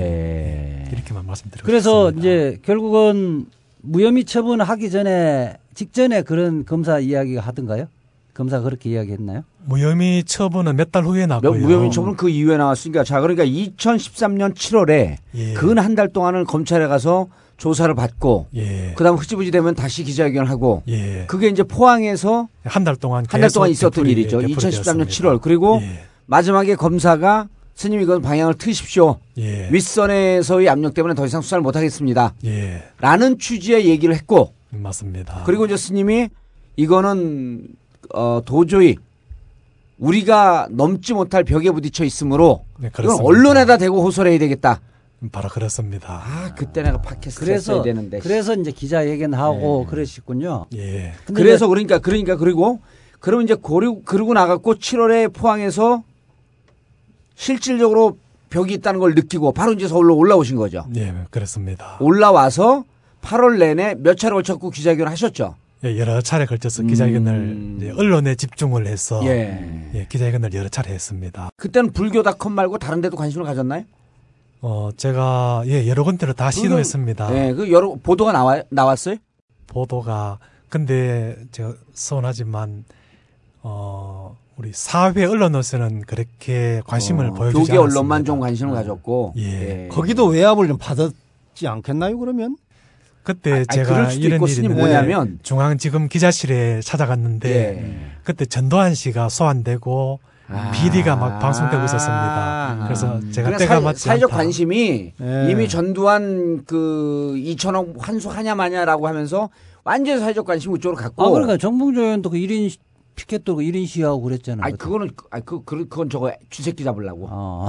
Speaker 2: 예.
Speaker 6: 이렇게만 말씀드리고
Speaker 4: 그래서
Speaker 6: 싶습니다.
Speaker 4: 어, 이제 결국은 무혐의 처분하기 전에 직전에 그런 검사 이야기가 하던가요? 검사 그렇게 이야기했나요?
Speaker 6: 무혐의 처분은 몇 달 후에
Speaker 2: 몇-
Speaker 6: 나고요.
Speaker 2: 무혐의 처분은 그 이후에 나왔으니까 자 그러니까 2013년 7월에
Speaker 6: 예.
Speaker 2: 근 한 달 동안은 검찰에 가서 조사를 받고
Speaker 6: 예.
Speaker 2: 그다음 흐지부지 되면 다시 기자회견을 하고
Speaker 6: 예.
Speaker 2: 그게 이제 포항에서
Speaker 6: 한 달 동안
Speaker 2: 한 달 동안
Speaker 6: 계속
Speaker 2: 있었던
Speaker 6: 되풀이-
Speaker 2: 일이죠.
Speaker 6: 되풀이되었습니다.
Speaker 2: 2013년 7월 그리고
Speaker 6: 예.
Speaker 2: 마지막에 검사가 스님 이건 방향을 트십시오.
Speaker 6: 예.
Speaker 2: 윗선에서의 압력 때문에 더 이상 수사를 못하겠습니다.
Speaker 6: 예.
Speaker 2: 라는 취지의 얘기를 했고
Speaker 6: 맞습니다.
Speaker 2: 그리고 이제 스님이 이거는 어, 도저히 우리가 넘지 못할 벽에 부딪혀 있으므로
Speaker 6: 네,
Speaker 2: 이건
Speaker 6: 그렇습니다.
Speaker 2: 언론에다 대고 호소를 해야 되겠다.
Speaker 6: 바로 그렇습니다.
Speaker 2: 아 그때 내가 팟캐스트 했어야
Speaker 4: 그래서
Speaker 2: 되는데. 네.
Speaker 4: 그래서 이제 기자회견하고 그러셨군요.
Speaker 6: 예.
Speaker 4: 근데
Speaker 2: 그래서 그러니까 그러니까 그리고 그러면 이제 고르 그러고 나갔고 7월에 포항에서 실질적으로 벽이 있다는 걸 느끼고 바로 이제 서울로 올라오신 거죠.
Speaker 6: 예, 그렇습니다.
Speaker 2: 올라와서 8월 내내 몇 차례 걸쳤고 기자회견을 하셨죠.
Speaker 6: 예, 여러 차례 걸쳐서 기자회견을 이제 언론에 집중을 해서
Speaker 2: 음. 예.
Speaker 6: 예, 기자회견을 여러 차례 했습니다.
Speaker 2: 그때는 불교닷컴 말고 다른 데도 관심을 가졌나요?
Speaker 6: 어, 제가 예, 여러 군데로 다 시도했습니다.
Speaker 2: 네, 그 여러 보도가 나와 나왔어요.
Speaker 6: 보도가 근데 제가 서운하지만 어, 우리 사회 언론으로서는 그렇게 관심을
Speaker 2: 어,
Speaker 6: 보여주지
Speaker 2: 교계 언론만
Speaker 6: 않았습니다.
Speaker 2: 좀 관심을 가졌고.
Speaker 6: 예.
Speaker 5: 거기도 외압을 좀 받았지 않겠나요? 그러면
Speaker 6: 그때
Speaker 2: 아니,
Speaker 6: 제가
Speaker 2: 그럴 수도
Speaker 6: 이런
Speaker 2: 있고
Speaker 6: 일이
Speaker 2: 스님
Speaker 6: 있는데
Speaker 2: 뭐냐면-
Speaker 6: 중앙지검 기자실에 찾아갔는데
Speaker 2: 예.
Speaker 6: 그때 전도환 씨가 소환되고
Speaker 2: 아.
Speaker 6: 비리가 막 방송되고 있었습니다. 그래서 제가
Speaker 2: 그러니까
Speaker 6: 때가
Speaker 2: 사회-
Speaker 6: 맞지
Speaker 2: 사회적
Speaker 6: 않다.
Speaker 2: 관심이
Speaker 5: 예.
Speaker 2: 이미 전두환 그 2천억 환수하냐 마냐라고 하면서 완전 사회적 관심 그쪽으로 갔고.
Speaker 4: 아 그러니까 정봉조 의원도 그 1인 시- 피켓도 그 1인 시위하고 그랬잖아요.
Speaker 2: 아니, 그거는 아니, 그 그- 그건 저거 쥐새끼 잡으려고.
Speaker 6: 아.
Speaker 4: 어.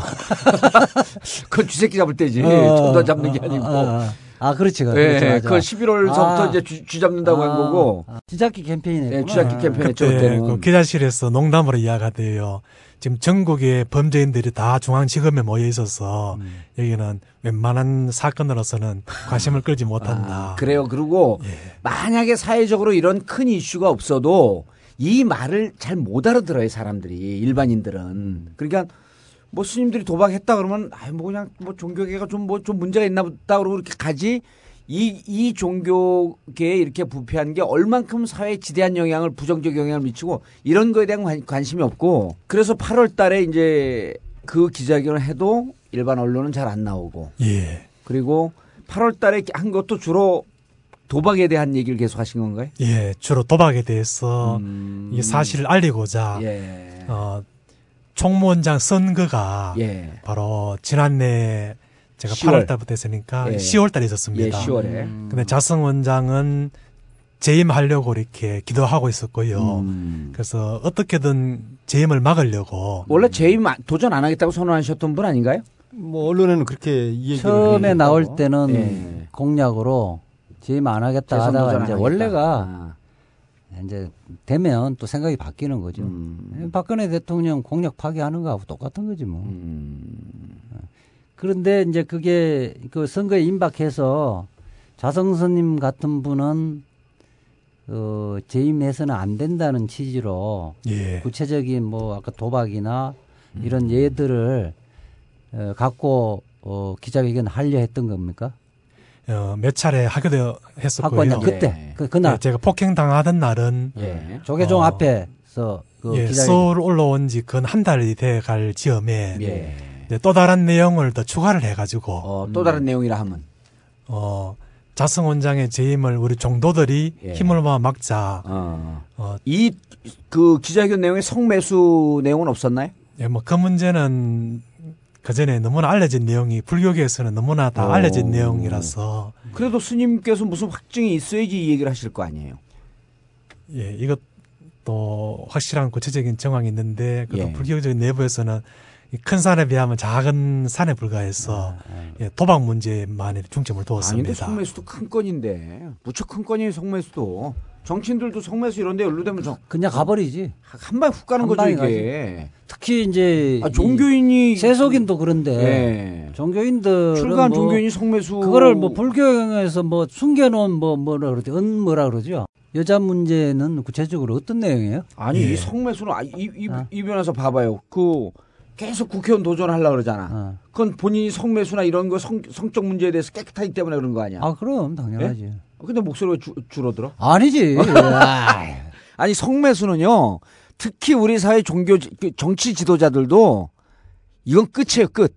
Speaker 2: 그건 쥐새끼 잡을 때지.
Speaker 4: 어,
Speaker 2: 예, 전두환 잡는 게
Speaker 4: 어,
Speaker 2: 아니고.
Speaker 4: 어, 어. 아 그렇지.
Speaker 2: 예,
Speaker 4: 그렇지 맞아.
Speaker 2: 그건 11월서부터
Speaker 4: 아.
Speaker 2: 이제 쥐, 쥐 잡는다고 한
Speaker 4: 아,
Speaker 2: 거고.
Speaker 4: 아, 지자키 캠페인에
Speaker 2: 예, 쥐잡기 캠페인 했죠
Speaker 6: 그때 그
Speaker 2: 그때는.
Speaker 6: 기자실에서 농담으로 이야기하대요. 지금 전국의 범죄인들이 다 중앙지검에 모여 있어서
Speaker 2: 음.
Speaker 6: 여기는 웬만한 사건으로서는 관심을 끌지 못한다.
Speaker 2: 아, 그래요. 그리고 만약에 사회적으로 이런 큰 이슈가 없어도 이 말을 잘 못 알아들어요 사람들이 일반인들은. 그러니까 뭐 스님들이 도박했다 그러면 아뭐 그냥 뭐 종교계가 좀 뭐 좀 문제가 있나 보다 그러고 이렇게 가지. 이, 이 종교계에 이렇게 부패한 게 얼만큼 사회에 지대한 영향을 부정적 영향을 미치고 이런 거에 대한 관- 관심이 없고 그래서 8월 달에 이제 그 기자회견을 해도 일반 언론은 잘 안 나오고
Speaker 6: 예.
Speaker 2: 그리고 8월 달에 한 것도 주로 도박에 대한 얘기를 계속 하신 건가요?
Speaker 6: 예, 주로 도박에 대해서 이 사실을 알리고자
Speaker 2: 음. 예.
Speaker 6: 어, 총무원장 선거가
Speaker 2: 예.
Speaker 6: 바로 지난해 제가
Speaker 2: 10월.
Speaker 6: 8월달부터 했으니까
Speaker 2: 예.
Speaker 6: 10월달에
Speaker 2: 예,
Speaker 6: 있었습니다. 음.
Speaker 2: 10월에.
Speaker 6: 근데 자성 원장은 재임하려고 이렇게 기도하고 있었고요.
Speaker 2: 음.
Speaker 6: 그래서 어떻게든 재임을 막으려고
Speaker 2: 원래 재임 안- 도전 안 하겠다고 선언하셨던 분 아닌가요?
Speaker 5: 뭐 언론에는 그렇게 이 얘기를
Speaker 4: 처음에
Speaker 5: 해요.
Speaker 4: 나올 때는
Speaker 2: 예.
Speaker 4: 공약으로 재임 안 하겠다
Speaker 2: 재선 도전
Speaker 4: 하다가
Speaker 2: 안
Speaker 4: 이제
Speaker 2: 하겠다.
Speaker 4: 원래가
Speaker 2: 아.
Speaker 4: 이제 되면 또 생각이 바뀌는 거죠. 예,
Speaker 2: 음.
Speaker 4: 박근혜 대통령 공약 파기하는 거하고 똑같은 거지 뭐.
Speaker 2: 음.
Speaker 4: 그런데 이제 그게 그 선거에 임박해서 자성선님 같은 분은 어, 재임해서는 안 된다는 취지로
Speaker 2: 네.
Speaker 6: 예.
Speaker 4: 구체적인 뭐 아까 도박이나
Speaker 2: 음.
Speaker 4: 이런 예들을 어, 갖고 어, 기자회견 하려 했던 겁니까?
Speaker 6: 어, 몇 차례 하기도
Speaker 4: 갖고
Speaker 6: 했었고요.
Speaker 4: 왔냐 그때
Speaker 2: 예.
Speaker 4: 그 그날
Speaker 6: 예, 제가 폭행 당하던 날은
Speaker 2: 예.
Speaker 4: 조계종
Speaker 6: 어.
Speaker 4: 앞에서 그
Speaker 6: 예,
Speaker 4: 기자회견
Speaker 6: 서울 올라온 지 근 한 달이 돼 갈 즈음에
Speaker 2: 예.
Speaker 6: 이제 또 다른 내용을 더 추가를 해가지고
Speaker 2: 어, 또
Speaker 4: 음.
Speaker 2: 다른 내용이라 하면.
Speaker 6: 어, 자승 원장의 재임을 우리 종도들이
Speaker 2: 예.
Speaker 6: 힘을 모아 막자.
Speaker 2: 어.
Speaker 6: 어,
Speaker 2: 이 그 기자회견 내용에 성매수 내용은 없었나요?
Speaker 6: 예, 뭐 그 문제는 그 전에 너무나 알려진 내용이 불교계에서는 너무나 다
Speaker 2: 오.
Speaker 6: 알려진 내용이라서
Speaker 2: 그래도 스님께서 무슨 확증이 있어야지 이 얘기를 하실 거 아니에요.
Speaker 6: 예, 이것도 확실한 구체적인 정황이 있는데 그
Speaker 2: 예.
Speaker 6: 불교적인 내부에서는 이큰 산에 비하면 작은 산에 불과해서 예, 도박 문제만에
Speaker 2: 아,
Speaker 6: 중점을
Speaker 2: 아닌데
Speaker 6: 두었습니다.
Speaker 2: 성매수도 큰 건인데 무척 큰 건이에요 성매수도. 정치인들도 성매수 이런데 연루되면
Speaker 4: 그냥 가버리지.
Speaker 2: 저한방훅 가는
Speaker 4: 한
Speaker 2: 거죠
Speaker 4: 방에
Speaker 2: 이게.
Speaker 4: 특히 이제
Speaker 2: 아,
Speaker 4: 이
Speaker 2: 종교인이
Speaker 4: 세속인도 그런데
Speaker 2: 예.
Speaker 4: 종교인들은
Speaker 2: 출가한
Speaker 4: 뭐
Speaker 2: 종교인이 성매수
Speaker 4: 그거를 뭐 불교에서 뭐 숨겨놓은 뭐 뭐라 그러지? 은 뭐라 그러죠? 여자 문제는 구체적으로 어떤 내용이에요?
Speaker 2: 아니
Speaker 6: 예.
Speaker 2: 이 성매수는 아, 이, 이,
Speaker 4: 아.
Speaker 2: 이 변호사 봐봐요. 그 계속 국회의원 도전하려 고 그러잖아.
Speaker 4: 아,
Speaker 2: 그건 본인이 성매수나 이런 거 성, 성적 문제에 대해서 깨끗하기 때문에 그런 거 아니야.
Speaker 4: 아, 그럼 당연하지.
Speaker 2: 예? 근데 목소리가 줄- 줄어들어?
Speaker 4: 아니지. 아,
Speaker 2: 아니 성매수는요. 특히 우리 사회 종교 지- 그 정치 지도자들도 이건 끝이에요 끝.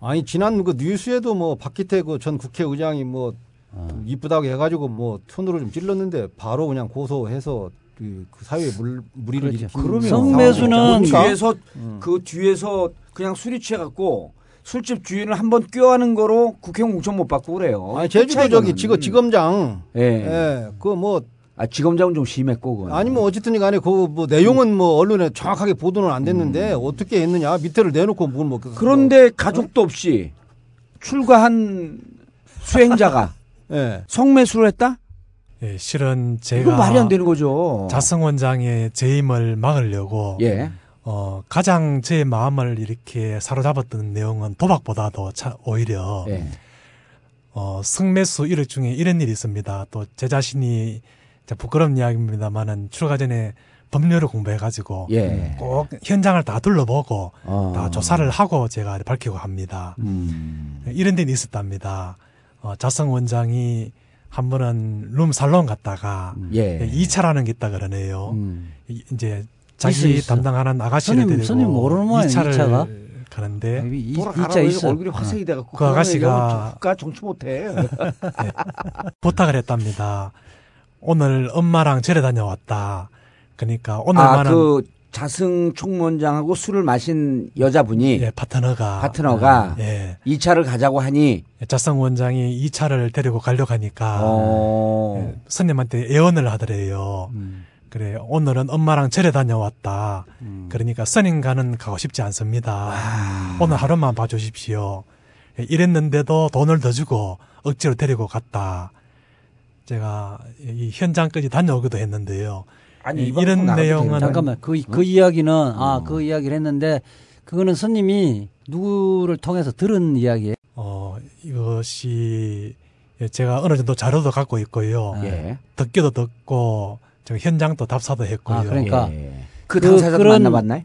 Speaker 5: 아니 지난 그 뉴스에도 뭐 박기태 그 전 국회의장이 뭐
Speaker 4: 아.
Speaker 5: 이쁘다고 해가지고 뭐 손으로 좀 찔렀는데 바로 그냥 고소해서 그, 그 사회에 물 무리를
Speaker 4: 그렇죠.
Speaker 5: 일으키는
Speaker 2: 그럼요.
Speaker 5: 그러니까
Speaker 4: 성매수는
Speaker 5: 상황이
Speaker 2: 그
Speaker 5: 있지 않습니까?
Speaker 2: 뒤에서 그 뒤에서 그냥 술이 취해갖고 술집 주인을 한 번 껴하는 거로 국회의원 공천 못 받고 그래요.
Speaker 5: 아니 제주도
Speaker 2: 끝이야,
Speaker 5: 저기
Speaker 2: 이거는.
Speaker 5: 지거 지검장
Speaker 2: 예.
Speaker 5: 예. 그 뭐
Speaker 2: 아 지검장은 좀 심했고 그건.
Speaker 5: 아니 뭐 어쨌든 간에 그 뭐 내용은 뭐 언론에 정확하게 보도는 안 됐는데
Speaker 4: 음.
Speaker 5: 어떻게 했느냐 밑에를 내놓고 뭘 뭐. 그-
Speaker 2: 그런데 가족도 없이 어? 출가한 수행자가
Speaker 5: 뭐, 예.
Speaker 2: 성매수를 했다?
Speaker 6: 예, 실은
Speaker 2: 이건
Speaker 6: 제가
Speaker 2: 말이 안 되는 거죠.
Speaker 6: 자승 원장의 재임을 막으려고
Speaker 2: 예.
Speaker 6: 어, 가장 제 마음을 이렇게 사로잡았던 내용은 도박보다도 차, 오히려
Speaker 2: 예.
Speaker 6: 어, 승매수 일역 중에 이런 일이 있습니다. 또 제 자신이 이제 부끄러운 이야기입니다만은 출가 전에 법률을 공부해가지고
Speaker 2: 예.
Speaker 6: 꼭 현장을 다 둘러보고
Speaker 4: 아.
Speaker 2: 어.
Speaker 6: 다 조사를 하고 제가 밝히고 합니다.
Speaker 2: 음.
Speaker 6: 이런 데는 있었답니다. 어, 자성 원장이 한 번은 룸 살롱 갔다가
Speaker 4: 음. 네.
Speaker 2: 예.
Speaker 6: 이 2차라는 게 있다 그러네요.
Speaker 2: 음.
Speaker 6: 이- 이제 자기
Speaker 4: 있어, 있어.
Speaker 6: 담당하는 아가씨를
Speaker 4: 손님,
Speaker 6: 데리고
Speaker 4: 손님 모르는 모양이야,
Speaker 6: 차를
Speaker 4: 이 차가. 음.
Speaker 6: 가는데
Speaker 4: 이, 이,
Speaker 2: 돌아가라고
Speaker 4: 자 있어.
Speaker 2: 얼굴이 화색이 돼갖고
Speaker 6: 그 아가씨가-
Speaker 2: 국가 정치 못해.
Speaker 6: 부탁을 했답니다. 오늘 엄마랑 절에 다녀왔다. 그러니까 오늘만은
Speaker 2: 아그 자승 총무원장하고 술을 마신 여자분이
Speaker 6: 예, 파트너가
Speaker 2: 파트너가
Speaker 6: 예,
Speaker 2: 이 차를 가자고 하니
Speaker 6: 자성 원장이 이 차를 데리고 가려고 하니까
Speaker 2: 어.
Speaker 6: 선님한테 애원을 하더래요.
Speaker 4: 음.
Speaker 6: 그래 오늘은 엄마랑 절에 다녀왔다.
Speaker 4: 음.
Speaker 6: 그러니까 선인가는 가고 싶지 않습니다.
Speaker 4: 아.
Speaker 6: 오늘 하루만 봐주십시오. 예, 이랬는데도 돈을 더 주고 억지로 데리고 갔다. 제가 이 현장까지 다녀오기도 했는데요.
Speaker 2: 아니,
Speaker 6: 예,
Speaker 2: 이 방송
Speaker 6: 이런
Speaker 2: 나가도 어?
Speaker 6: 내용은
Speaker 4: 잠깐만. 그, 그 이야기는, 아, 그 이야기를 했는데, 그거는 스님이 누구를 통해서 들은 이야기예요.
Speaker 6: 어, 이것이 예, 제가 어느 정도 자료도 갖고 있고요.
Speaker 2: 예.
Speaker 6: 듣기도 듣고 저 현장도 답사도 했고요.
Speaker 4: 아, 그러니까.
Speaker 2: 예. 그
Speaker 4: 그-
Speaker 2: 당사자도
Speaker 4: 그런-
Speaker 2: 만나봤나요?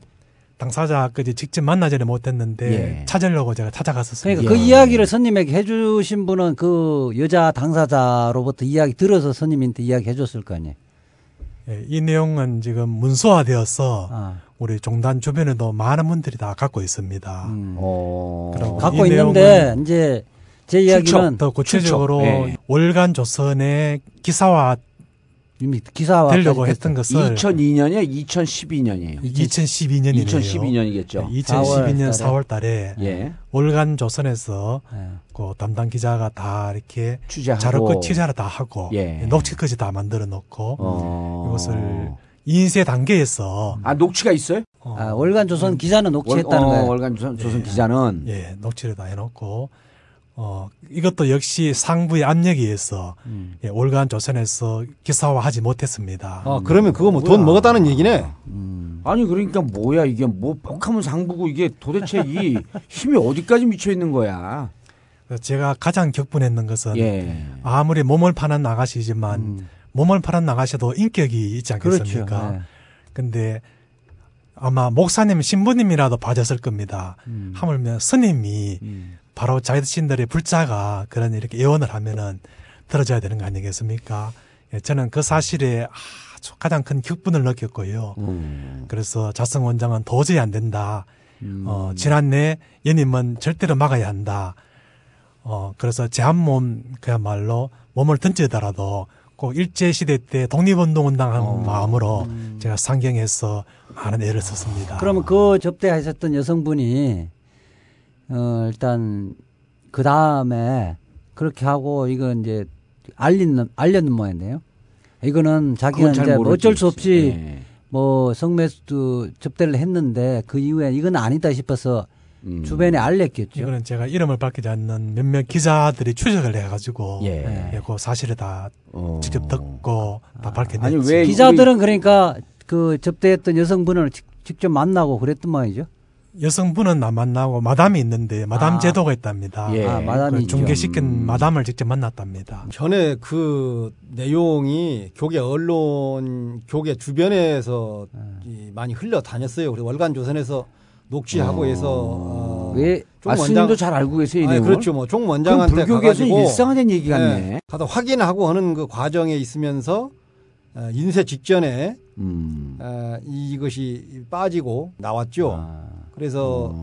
Speaker 6: 당사자까지 직접 만나지는 못했는데
Speaker 2: 예.
Speaker 6: 찾으려고 제가 예. 찾아갔었어요.
Speaker 4: 그러니까 그 이야기를 스님에게 해주신 분은 그 여자 당사자로부터 이야기 들어서 스님한테 이야기 해줬을 거 아니에요.
Speaker 6: 예, 이 내용은 지금 문서화되어서
Speaker 4: 아.
Speaker 6: 우리 종단 주변에도 많은 분들이 다 갖고 있습니다.
Speaker 2: 어.
Speaker 6: 그럼
Speaker 4: 갖고
Speaker 6: 이
Speaker 4: 있는데 이제 제 이야기는
Speaker 6: 더 구체적으로
Speaker 2: 출처. 예.
Speaker 6: 월간 조선의 기사화
Speaker 4: 이미 기사화
Speaker 6: 되려고 했던 것을
Speaker 2: 2002년이요, 2012년이에요.
Speaker 6: 2012년이네요. 예,
Speaker 2: 2012년이겠죠.
Speaker 6: 2012년
Speaker 4: 4월
Speaker 6: 4월 달에
Speaker 2: 예.
Speaker 6: 월간 조선에서
Speaker 4: 예.
Speaker 6: 그 담당 기자가 다 이렇게
Speaker 2: 취재하고.
Speaker 6: 자료끝 취재를 다 하고
Speaker 2: 예.
Speaker 6: 녹취까지 다 만들어 놓고
Speaker 2: 어.
Speaker 6: 이것을 인쇄 단계에서
Speaker 2: 아 녹취가 있어요?
Speaker 4: 아, 월간 조선 기자는
Speaker 2: 음. 월-
Speaker 4: 녹취했다는
Speaker 2: 어,
Speaker 4: 거예요.
Speaker 2: 월간 조선, 조선 기자는
Speaker 6: 예, 녹취를 다 해놓고 어, 이것도 역시 상부의 압력에 의해서 예, 올간 조선에서 기사화하지 못했습니다.
Speaker 5: 아, 그러면 그거 뭐 돈
Speaker 2: 뭐야.
Speaker 5: 먹었다는 얘기네.
Speaker 2: 아니 그러니까 뭐야 이게 뭐 뻑하면 상부고 이게 도대체 이 힘이 어디까지 미쳐 있는 거야.
Speaker 6: 그래서 제가 가장 격분했는 것은
Speaker 2: 예.
Speaker 6: 아무리 몸을 파는 아가씨지만 몸을 파는 아가씨도 인격이 있지 않겠습니까?
Speaker 4: 음. 그렇죠. 네.
Speaker 6: 근데 아마 목사님, 신부님이라도 봐줬을 겁니다.
Speaker 4: 음.
Speaker 6: 하물며 스님이 바로 자신들의 불자가 그런 이렇게 예언을 하면은 들어줘야 되는 거 아니겠습니까? 예, 저는 그 사실에 아주 가장 큰 격분을 느꼈고요.
Speaker 4: 음.
Speaker 6: 그래서 자성 원장은 도저히 안 된다. 어, 지난해 연임은 절대로 막아야 한다. 어, 그래서 제한몸 그야말로 몸을 던지더라도 꼭 일제시대 때 독립운동운동한 마음으로 제가 상경해서 많은 애를 썼습니다.
Speaker 4: 그러면 그 접대하셨던 여성분이 어 일단 그 다음에 그렇게 하고 이거 이제 알리는 알렸는 모양이네요. 이거는 자기는
Speaker 2: 그건 잘
Speaker 4: 이제 뭐
Speaker 2: 모르지.
Speaker 4: 어쩔 수 없이
Speaker 2: 예.
Speaker 4: 뭐 성매수도 접대를 했는데 그 이후에 이건 아니다 싶어서
Speaker 2: 음.
Speaker 4: 주변에 알렸겠죠.
Speaker 6: 이거는 제가 이름을 밝히지 않는 몇몇 기자들이 추적을 해가지고
Speaker 2: 예.
Speaker 6: 예. 그 사실을 다
Speaker 2: 어.
Speaker 6: 직접 듣고 다 밝혀냈지.
Speaker 2: 아니, 왜
Speaker 4: 기자들은 그러니까 그 접대했던 여성분을 직- 직접 만나고 그랬던 모양이죠.
Speaker 6: 여성분은 안 만나고 마담이 있는데 마담
Speaker 4: 아.
Speaker 6: 제도가 있답니다.
Speaker 2: 예.
Speaker 4: 아
Speaker 6: 그
Speaker 4: 마담이
Speaker 6: 중개시킨 마담을 직접 만났답니다.
Speaker 5: 전에 그 내용이 교계 언론 교계 주변에서
Speaker 2: 네.
Speaker 5: 이 많이 흘러 다녔어요. 그래서 월간 조선에서 녹취하고 해서 어,
Speaker 2: 왜?
Speaker 5: 종
Speaker 2: 아, 스님도
Speaker 5: 원장-
Speaker 2: 잘 알고 계세요, 이
Speaker 5: 아니,
Speaker 2: 내용을?
Speaker 5: 그렇죠. 뭐 종
Speaker 2: 그럼
Speaker 5: 원장한테
Speaker 2: 불교계에서
Speaker 5: 가가지고
Speaker 2: 일상화된 얘기 같네.
Speaker 5: 예, 가서 확인하고 하는 그 과정에 있으면서 어, 인쇄 직전에
Speaker 2: 음.
Speaker 5: 어, 이것이 빠지고 나왔죠.
Speaker 2: 아.
Speaker 5: 그래서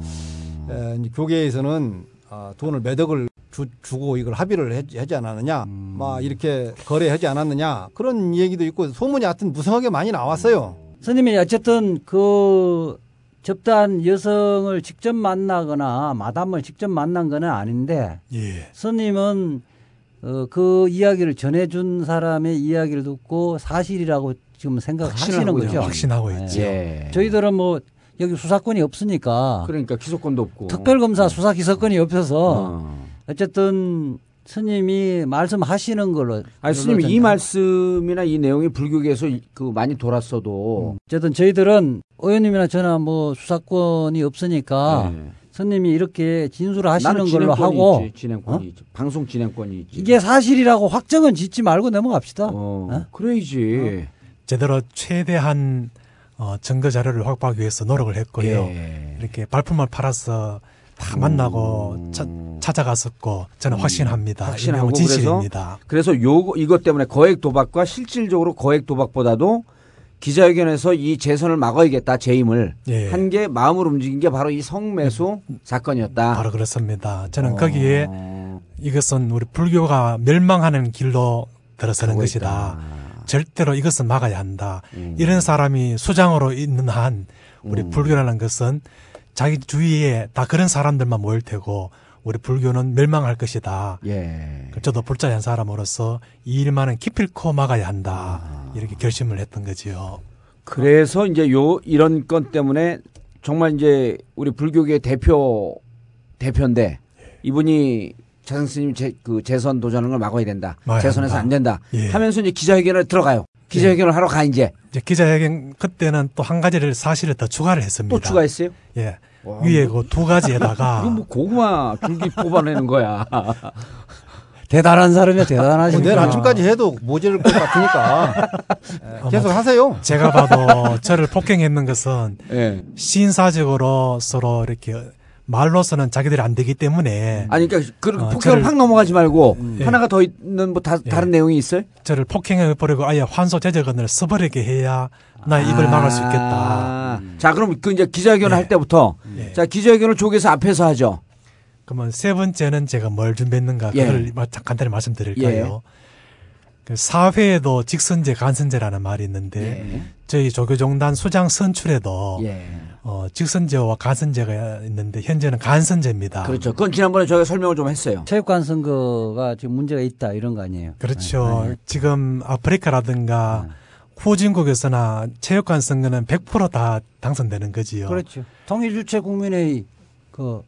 Speaker 5: 에, 이제 교계에서는 아, 돈을 몇 억을 주, 주고 이걸 합의를 했- 하지 않았느냐, 막 이렇게 거래하지 않았느냐 그런 얘기도 있고 소문이 하여튼 무성하게 많이 나왔어요.
Speaker 4: 선생님이 어쨌든 그 접단 여성을 직접 만나거나 마담을 직접 만난 건 아닌데
Speaker 6: 예.
Speaker 4: 스님은 어, 그 이야기를 전해준 사람의 이야기를 듣고 사실이라고 지금 생각하시는
Speaker 2: 확신하고요.
Speaker 4: 거죠.
Speaker 6: 확신하고
Speaker 4: 네.
Speaker 6: 있죠.
Speaker 2: 예.
Speaker 4: 저희들은 뭐 여기 수사권이 없으니까
Speaker 2: 그러니까 기소권도 없고.
Speaker 4: 특별검사 수사 기소권이 없어서
Speaker 2: 어.
Speaker 4: 어쨌든 스님이 말씀하시는 걸로
Speaker 2: 아니, 스님 이
Speaker 4: 전달.
Speaker 2: 말씀이나 이 내용이 불교계에서 이- 그 많이 돌았어도.
Speaker 4: 어쨌든 저희들은 의원님이나 저나 뭐 수사권이 없으니까
Speaker 2: 예.
Speaker 4: 스님이 이렇게 진술을 하시는
Speaker 2: 나는
Speaker 4: 걸로
Speaker 2: 진행권이
Speaker 4: 하고
Speaker 2: 있지, 진행권이 있지. 방송 진행권이 있지.
Speaker 4: 이게 사실이라고 확정은 짓지 말고 넘어갑시다.
Speaker 2: 어,
Speaker 4: 어?
Speaker 2: 그래야지.
Speaker 6: 제대로 최대한 어, 증거 자료를 확보하기 위해서 노력을 했고요.
Speaker 2: 예. 음.
Speaker 6: 이렇게 발품을 팔아서 다 만나고 차- 찾아갔었고 저는 확신합니다. 이
Speaker 2: 확신하고
Speaker 6: 내용은 진실입니다.
Speaker 2: 그래서 요 이것 때문에 거액 도박과 실질적으로 거액 도박보다도 기자회견에서 이 재선을 막아야겠다 재임을
Speaker 6: 예. 음.
Speaker 2: 한 게 마음을 움직인 게 바로 이 성매수 사건이었다.
Speaker 6: 바로 그렇습니다. 저는
Speaker 2: 어.
Speaker 6: 거기에 이것은 우리 불교가 멸망하는 길로 들어서는
Speaker 2: 가고 음.
Speaker 6: 것이다. 절대로 이것은 막아야 한다. 이런 사람이 수장으로 있는 한 우리 불교라는 것은 자기 주위에 다 그런 사람들만 모일 테고 우리 불교는 멸망할 것이다.
Speaker 2: 예.
Speaker 6: 저도 불자한 사람으로서 이 일만은 기필코 막아야 한다. 이렇게
Speaker 2: 아.
Speaker 6: 결심을 했던 거지요.
Speaker 2: 그래서 이제 요 이런 건 때문에 정말 이제 우리 불교계 대표 대표인데
Speaker 6: 예.
Speaker 2: 이분이 차승 스님 재, 그 재선 도전하는 걸 막아야 된다.
Speaker 6: 막아야
Speaker 2: 재선에서
Speaker 6: 한다.
Speaker 2: 안 된다.
Speaker 6: 예.
Speaker 2: 하면서 이제 기자회견을 들어가요. 기자회견을 하러 가 이제
Speaker 6: 이제 기자회견 그때는 또 한 가지를 사실을 더 추가를 했습니다.
Speaker 2: 또 추가했어요.
Speaker 6: 예. 위에 그 두 가지에다가
Speaker 2: 이거 뭐 고구마 줄기 뽑아내는 거야.
Speaker 4: 대단한 사람이야
Speaker 5: 뭐
Speaker 4: 대단하시니까.
Speaker 5: 내일 아침까지 해도 모자랄 것 같으니까 예, 계속 하세요.
Speaker 6: 제가 봐도 저를 폭행했는 것은
Speaker 2: 예.
Speaker 6: 신사적으로 서로 이렇게 말로서는 자기들이 안 되기 때문에
Speaker 2: 아니 그러니까 그렇게
Speaker 6: 어,
Speaker 2: 폭격을
Speaker 6: 저를-
Speaker 2: 확 넘어가지 말고
Speaker 6: 예.
Speaker 2: 하나가 더 있는 뭐 다, 다른 내용이 있어요?
Speaker 6: 저를 폭행해버리고 아예 환소 제재건을 써버리게 해야 나 이걸 막을 수 있겠다.
Speaker 2: 아, 자, 그럼 그 이제 기자회견을
Speaker 6: 예.
Speaker 2: 할 때부터
Speaker 6: 예.
Speaker 2: 자 기자회견을 조개서 앞에서 하죠.
Speaker 6: 그러면 세 번째는 제가 뭘 준비했는가
Speaker 2: 예.
Speaker 6: 그걸 마- 자- 간단히 말씀드릴까요? 그 사회에도 직선제, 간선제라는 말이 있는데 저희 조교종단 수장 선출에도
Speaker 2: 예.
Speaker 6: 어, 직선제와 간선제가 있는데 현재는 간선제입니다.
Speaker 2: 그렇죠. 그건 지난번에 저희가 설명을 좀 했어요.
Speaker 4: 체육관 선거가 지금 문제가 있다 이런 거 아니에요.
Speaker 2: 네,
Speaker 6: 그렇죠. 지금 아프리카라든가 후진국에서나 체육관
Speaker 2: 그렇죠.
Speaker 6: 선거는 100%다 당선되는 거지요.
Speaker 4: 그렇죠. 통일주체 국민의 그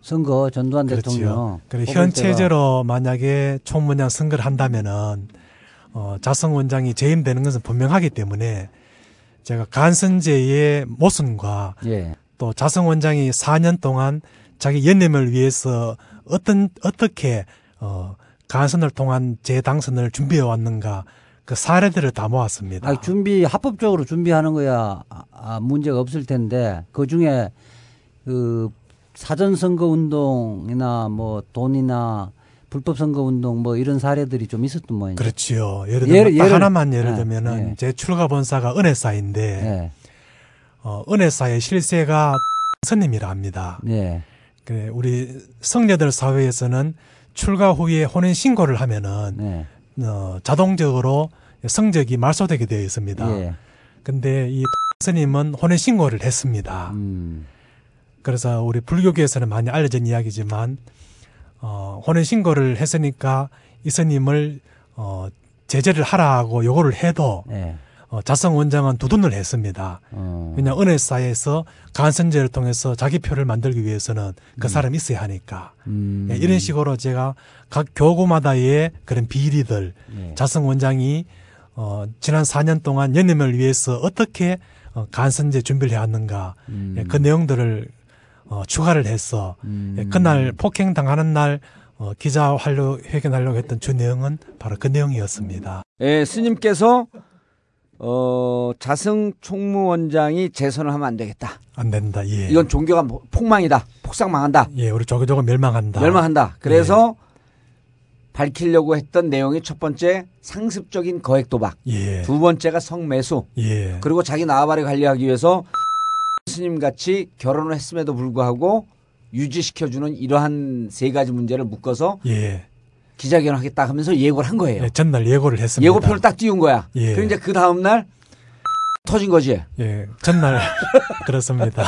Speaker 4: 선거 전두환
Speaker 6: 그렇죠.
Speaker 4: 대통령
Speaker 6: 그래
Speaker 4: 뽑을 때가
Speaker 6: 현 체제로 만약에 총무장 선거를 한다면은 어, 자성 원장이 재임되는 것은 분명하기 때문에 제가 간선제의 모순과
Speaker 4: 예.
Speaker 6: 또 자성 원장이 4년 동안 자기 연임을 위해서 어떤 어떻게 어, 간선을 통한 재당선을 준비해 왔는가 그 사례들을 다 모았습니다.
Speaker 4: 아, 준비 합법적으로 준비하는 거야 아, 아, 문제가 없을 텐데 그 중에 그 사전 선거 운동이나 뭐 돈이나 불법 선거 운동 뭐 이런 사례들이 좀 있었던 뭐 모양이죠.
Speaker 6: 그렇지요. 예를
Speaker 4: 예를-
Speaker 6: 들면 딱
Speaker 4: 예를-
Speaker 6: 하나만 예를
Speaker 4: 네,
Speaker 6: 들면은
Speaker 4: 네.
Speaker 6: 제 출가 본사가 은혜사인데
Speaker 4: 예.
Speaker 6: 어, 은혜사의 실세가 스님이라 합니다.
Speaker 4: 예.
Speaker 6: 그래, 우리 성녀들 사회에서는 출가 후에 혼인 신고를 하면은
Speaker 4: 예.
Speaker 6: 어, 자동적으로 성적이 말소되게 되어 있습니다.
Speaker 4: 예.
Speaker 6: 근데 이 스님은 혼인 신고를 했습니다.
Speaker 4: 음.
Speaker 6: 그래서 우리 불교계에서는 많이 알려진 이야기지만 어, 혼인 신고를 했으니까 이 스님을 어, 제재를 하라고 요구를 해도
Speaker 4: 예.
Speaker 6: 어, 자성 원장은 두둔을 했습니다.
Speaker 4: 어.
Speaker 6: 왜냐 은혜사에서 간선제를 통해서 자기 표를 만들기 위해서는 그 사람이 있어야 하니까
Speaker 4: 음.
Speaker 6: 예, 이런 식으로 제가 각 교구마다의 그런 비리들
Speaker 4: 예.
Speaker 6: 자성 원장이 어, 지난 4년 동안 연임을 위해서 어떻게 어, 간선제 준비를 해왔는가
Speaker 4: 음.
Speaker 6: 예, 그 내용들을 어, 추가를 해서
Speaker 4: 음.
Speaker 6: 예, 그날 폭행 당하는 날 어, 기자 활로 회견하려고 했던 주 내용은 바로 그 내용이었습니다.
Speaker 2: 예, 스님께서 어, 자승 총무원장이 재선을 하면 안 되겠다.
Speaker 6: 안 된다. 예.
Speaker 2: 이건 종교가 뭐- 폭망이다. 폭삭 망한다.
Speaker 6: 예, 우리 조교조가 멸망한다.
Speaker 2: 멸망한다. 그래서 밝히려고 했던 내용이 첫 번째 상습적인 거액 도박,
Speaker 6: 예.
Speaker 2: 두 번째가 성매수,
Speaker 6: 예.
Speaker 2: 네. 그리고 자기 나발을 관리하기 위해서 스님 같이 결혼을 했음에도 불구하고 유지시켜주는 이러한 세 가지 문제를 묶어서
Speaker 6: 예.
Speaker 2: 기자회견하겠다 하면서 예고를 한 거예요.
Speaker 6: 예, 전날 예고를 했습니다.
Speaker 2: 예고표를 딱 띄운 거야.
Speaker 6: 예.
Speaker 2: 그리고 이제 그 다음 날 터진 거지.
Speaker 6: 예, 전날 그렇습니다.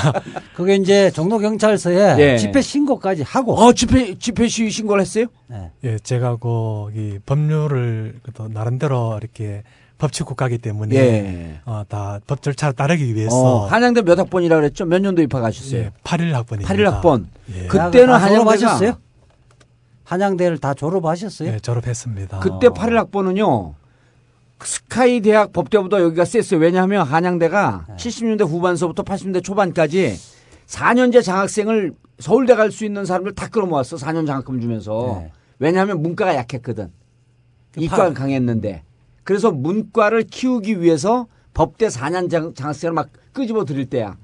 Speaker 4: 그게 이제 종로 경찰서에
Speaker 2: 예.
Speaker 4: 집회 신고까지 하고
Speaker 2: 어 집회 집회 시위 신고를 했어요?
Speaker 4: 예.
Speaker 6: 예, 제가 거기 법률을 또 나름대로 이렇게 법치 국가기 때문에
Speaker 2: 예.
Speaker 6: 어, 다법 절차를 따르기
Speaker 2: 어,
Speaker 6: 위해서
Speaker 2: 한양대 몇 학번이라 그랬죠? 몇 년도 입학하셨어요?
Speaker 6: 예, 8일 학번입니다.
Speaker 2: 8일 학번.
Speaker 6: 예.
Speaker 2: 그때는
Speaker 4: 다 졸업하셨어요?
Speaker 2: 한양대가
Speaker 4: 한양대를 다 졸업하셨어요?
Speaker 2: 네.
Speaker 6: 예, 졸업했습니다.
Speaker 4: 아.
Speaker 2: 그때 8일 학번은요. 그 스카이 대학 법대보다 여기가 셌어요. 왜냐하면 한양대가
Speaker 4: 네.
Speaker 2: 70년대 후반서부터 80년대 초반까지 4년제 장학생을 서울대 갈 수 있는 사람들 다 끌어모았어. 4년 장학금 주면서.
Speaker 4: 네.
Speaker 2: 왜냐하면 문과가 약했거든.
Speaker 4: 그
Speaker 2: 이과는
Speaker 4: 파-
Speaker 2: 강했는데. 그래서 문과를 키우기 위해서 법대 4년 장, 장학생을 막 끄집어 들일 때야.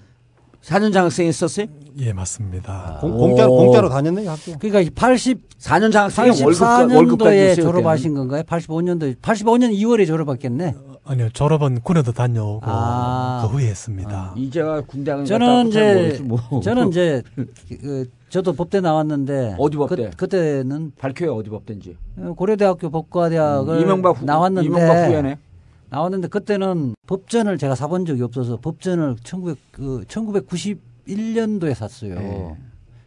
Speaker 2: 4년 장학생이 있었어요?
Speaker 6: 예, 맞습니다.
Speaker 2: 아.
Speaker 5: 공, 공짜로, 공짜로 다녔네요 학교.
Speaker 4: 그러니까 이 80
Speaker 2: 4년 장학생이 월급까, 월급까지
Speaker 4: 84년도에
Speaker 2: 줬어요,
Speaker 4: 졸업하신 건가요? 85년도 85년 2월에 졸업했겠네.
Speaker 6: 아니요, 졸업은 군에도 다녀오고
Speaker 4: 아.
Speaker 6: 그 후에 했습니다.
Speaker 2: 그때는. 이제가 군대 가
Speaker 4: 저는 이제
Speaker 2: 뭐,
Speaker 4: 저는 이제 그, 저도 법대 나왔는데
Speaker 2: 어디
Speaker 4: 그,
Speaker 2: 법대?
Speaker 4: 그때는
Speaker 2: 밝혀요 어디 법대인지.
Speaker 4: 고려대학교 법과대학을
Speaker 2: 음, 이명박 후,
Speaker 4: 나왔는데
Speaker 2: 이명박 후에네.
Speaker 4: 나왔는데 그때는 법전을 제가 사본 적이 없어서 법전을 1900, 그 1991년도에 샀어요.
Speaker 2: 예.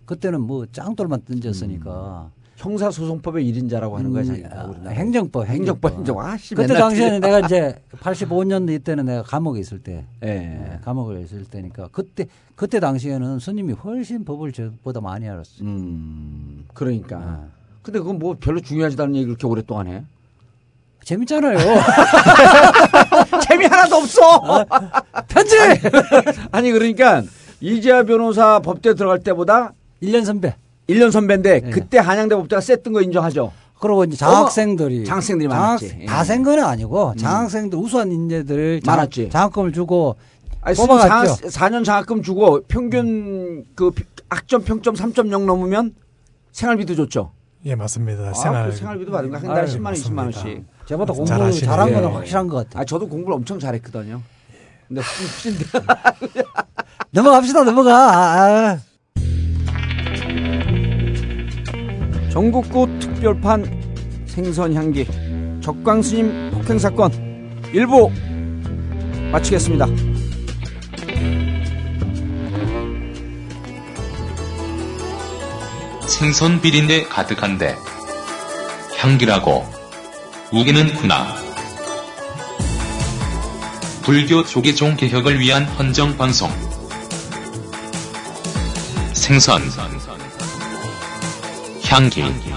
Speaker 4: 그때는 뭐 짱돌만 던졌으니까.
Speaker 2: 형사소송법의 1인자라고 음. 하는 거야 자기가.
Speaker 4: 아,
Speaker 2: 우리나라에.
Speaker 4: 행정법, 행정법.
Speaker 2: 행정법 행정. 아씨
Speaker 4: 그때
Speaker 2: 맨날
Speaker 4: 당시에는
Speaker 2: 틀려.
Speaker 4: 내가 이제 85년도 이때는 내가 감옥에 있을 때,
Speaker 2: 예.
Speaker 4: 예, 감옥에 있을 때니까 그때 그때 당시에는 스님이 훨씬 법을 저보다 많이 알았어요.
Speaker 2: 음. 그러니까. 근데 그건 뭐 별로 중요하지도 않은 얘기를 그렇게 오랫동안 해.
Speaker 4: 재밌잖아요. 아,
Speaker 2: 재미 하나도 없어.
Speaker 4: 편지.
Speaker 2: 아니 그러니까 이재하 변호사 법대 들어갈 때보다
Speaker 4: 1년 선배.
Speaker 2: 1년 선배인데
Speaker 4: 네.
Speaker 2: 그때 한양대 법대가 셌던 거 인정하죠.
Speaker 4: 그리고 이제 장학생들이
Speaker 2: 어머, 장학생들이 많았지. 예.
Speaker 4: 다센 건 아니고 장학생들 우수한 인재들 장-
Speaker 2: 많았지.
Speaker 4: 장학금을 주고
Speaker 2: 아니,
Speaker 4: 뽑아갔죠.
Speaker 2: 4, 년 장학금 주고 평균 그 피- 학점 평점 3.0 넘으면 생활비도 줬죠.
Speaker 6: 예, 맞습니다.
Speaker 2: 아,
Speaker 6: 생활.
Speaker 2: 그 생활비도 받은 거한 달에
Speaker 6: 아유,
Speaker 2: 10만 원, 20만
Speaker 6: 맞습니다.
Speaker 2: 원씩.
Speaker 4: 저보다 공부
Speaker 6: 잘하시네.
Speaker 4: 잘한 거는
Speaker 2: 예.
Speaker 4: 확실한 것 같아.
Speaker 2: 아, 저도 공부를 엄청 잘했거든요. 근데 후진데
Speaker 4: 넘어갑시다 넘어가. 아,
Speaker 2: 전국구 특별판 생선향기 적광스님 폭행 사건 일부 마치겠습니다.
Speaker 1: 생선 비린내 가득한데 향기라고 우기는구나. 불교 조계종 개혁을 위한 헌정 방송 생선 당길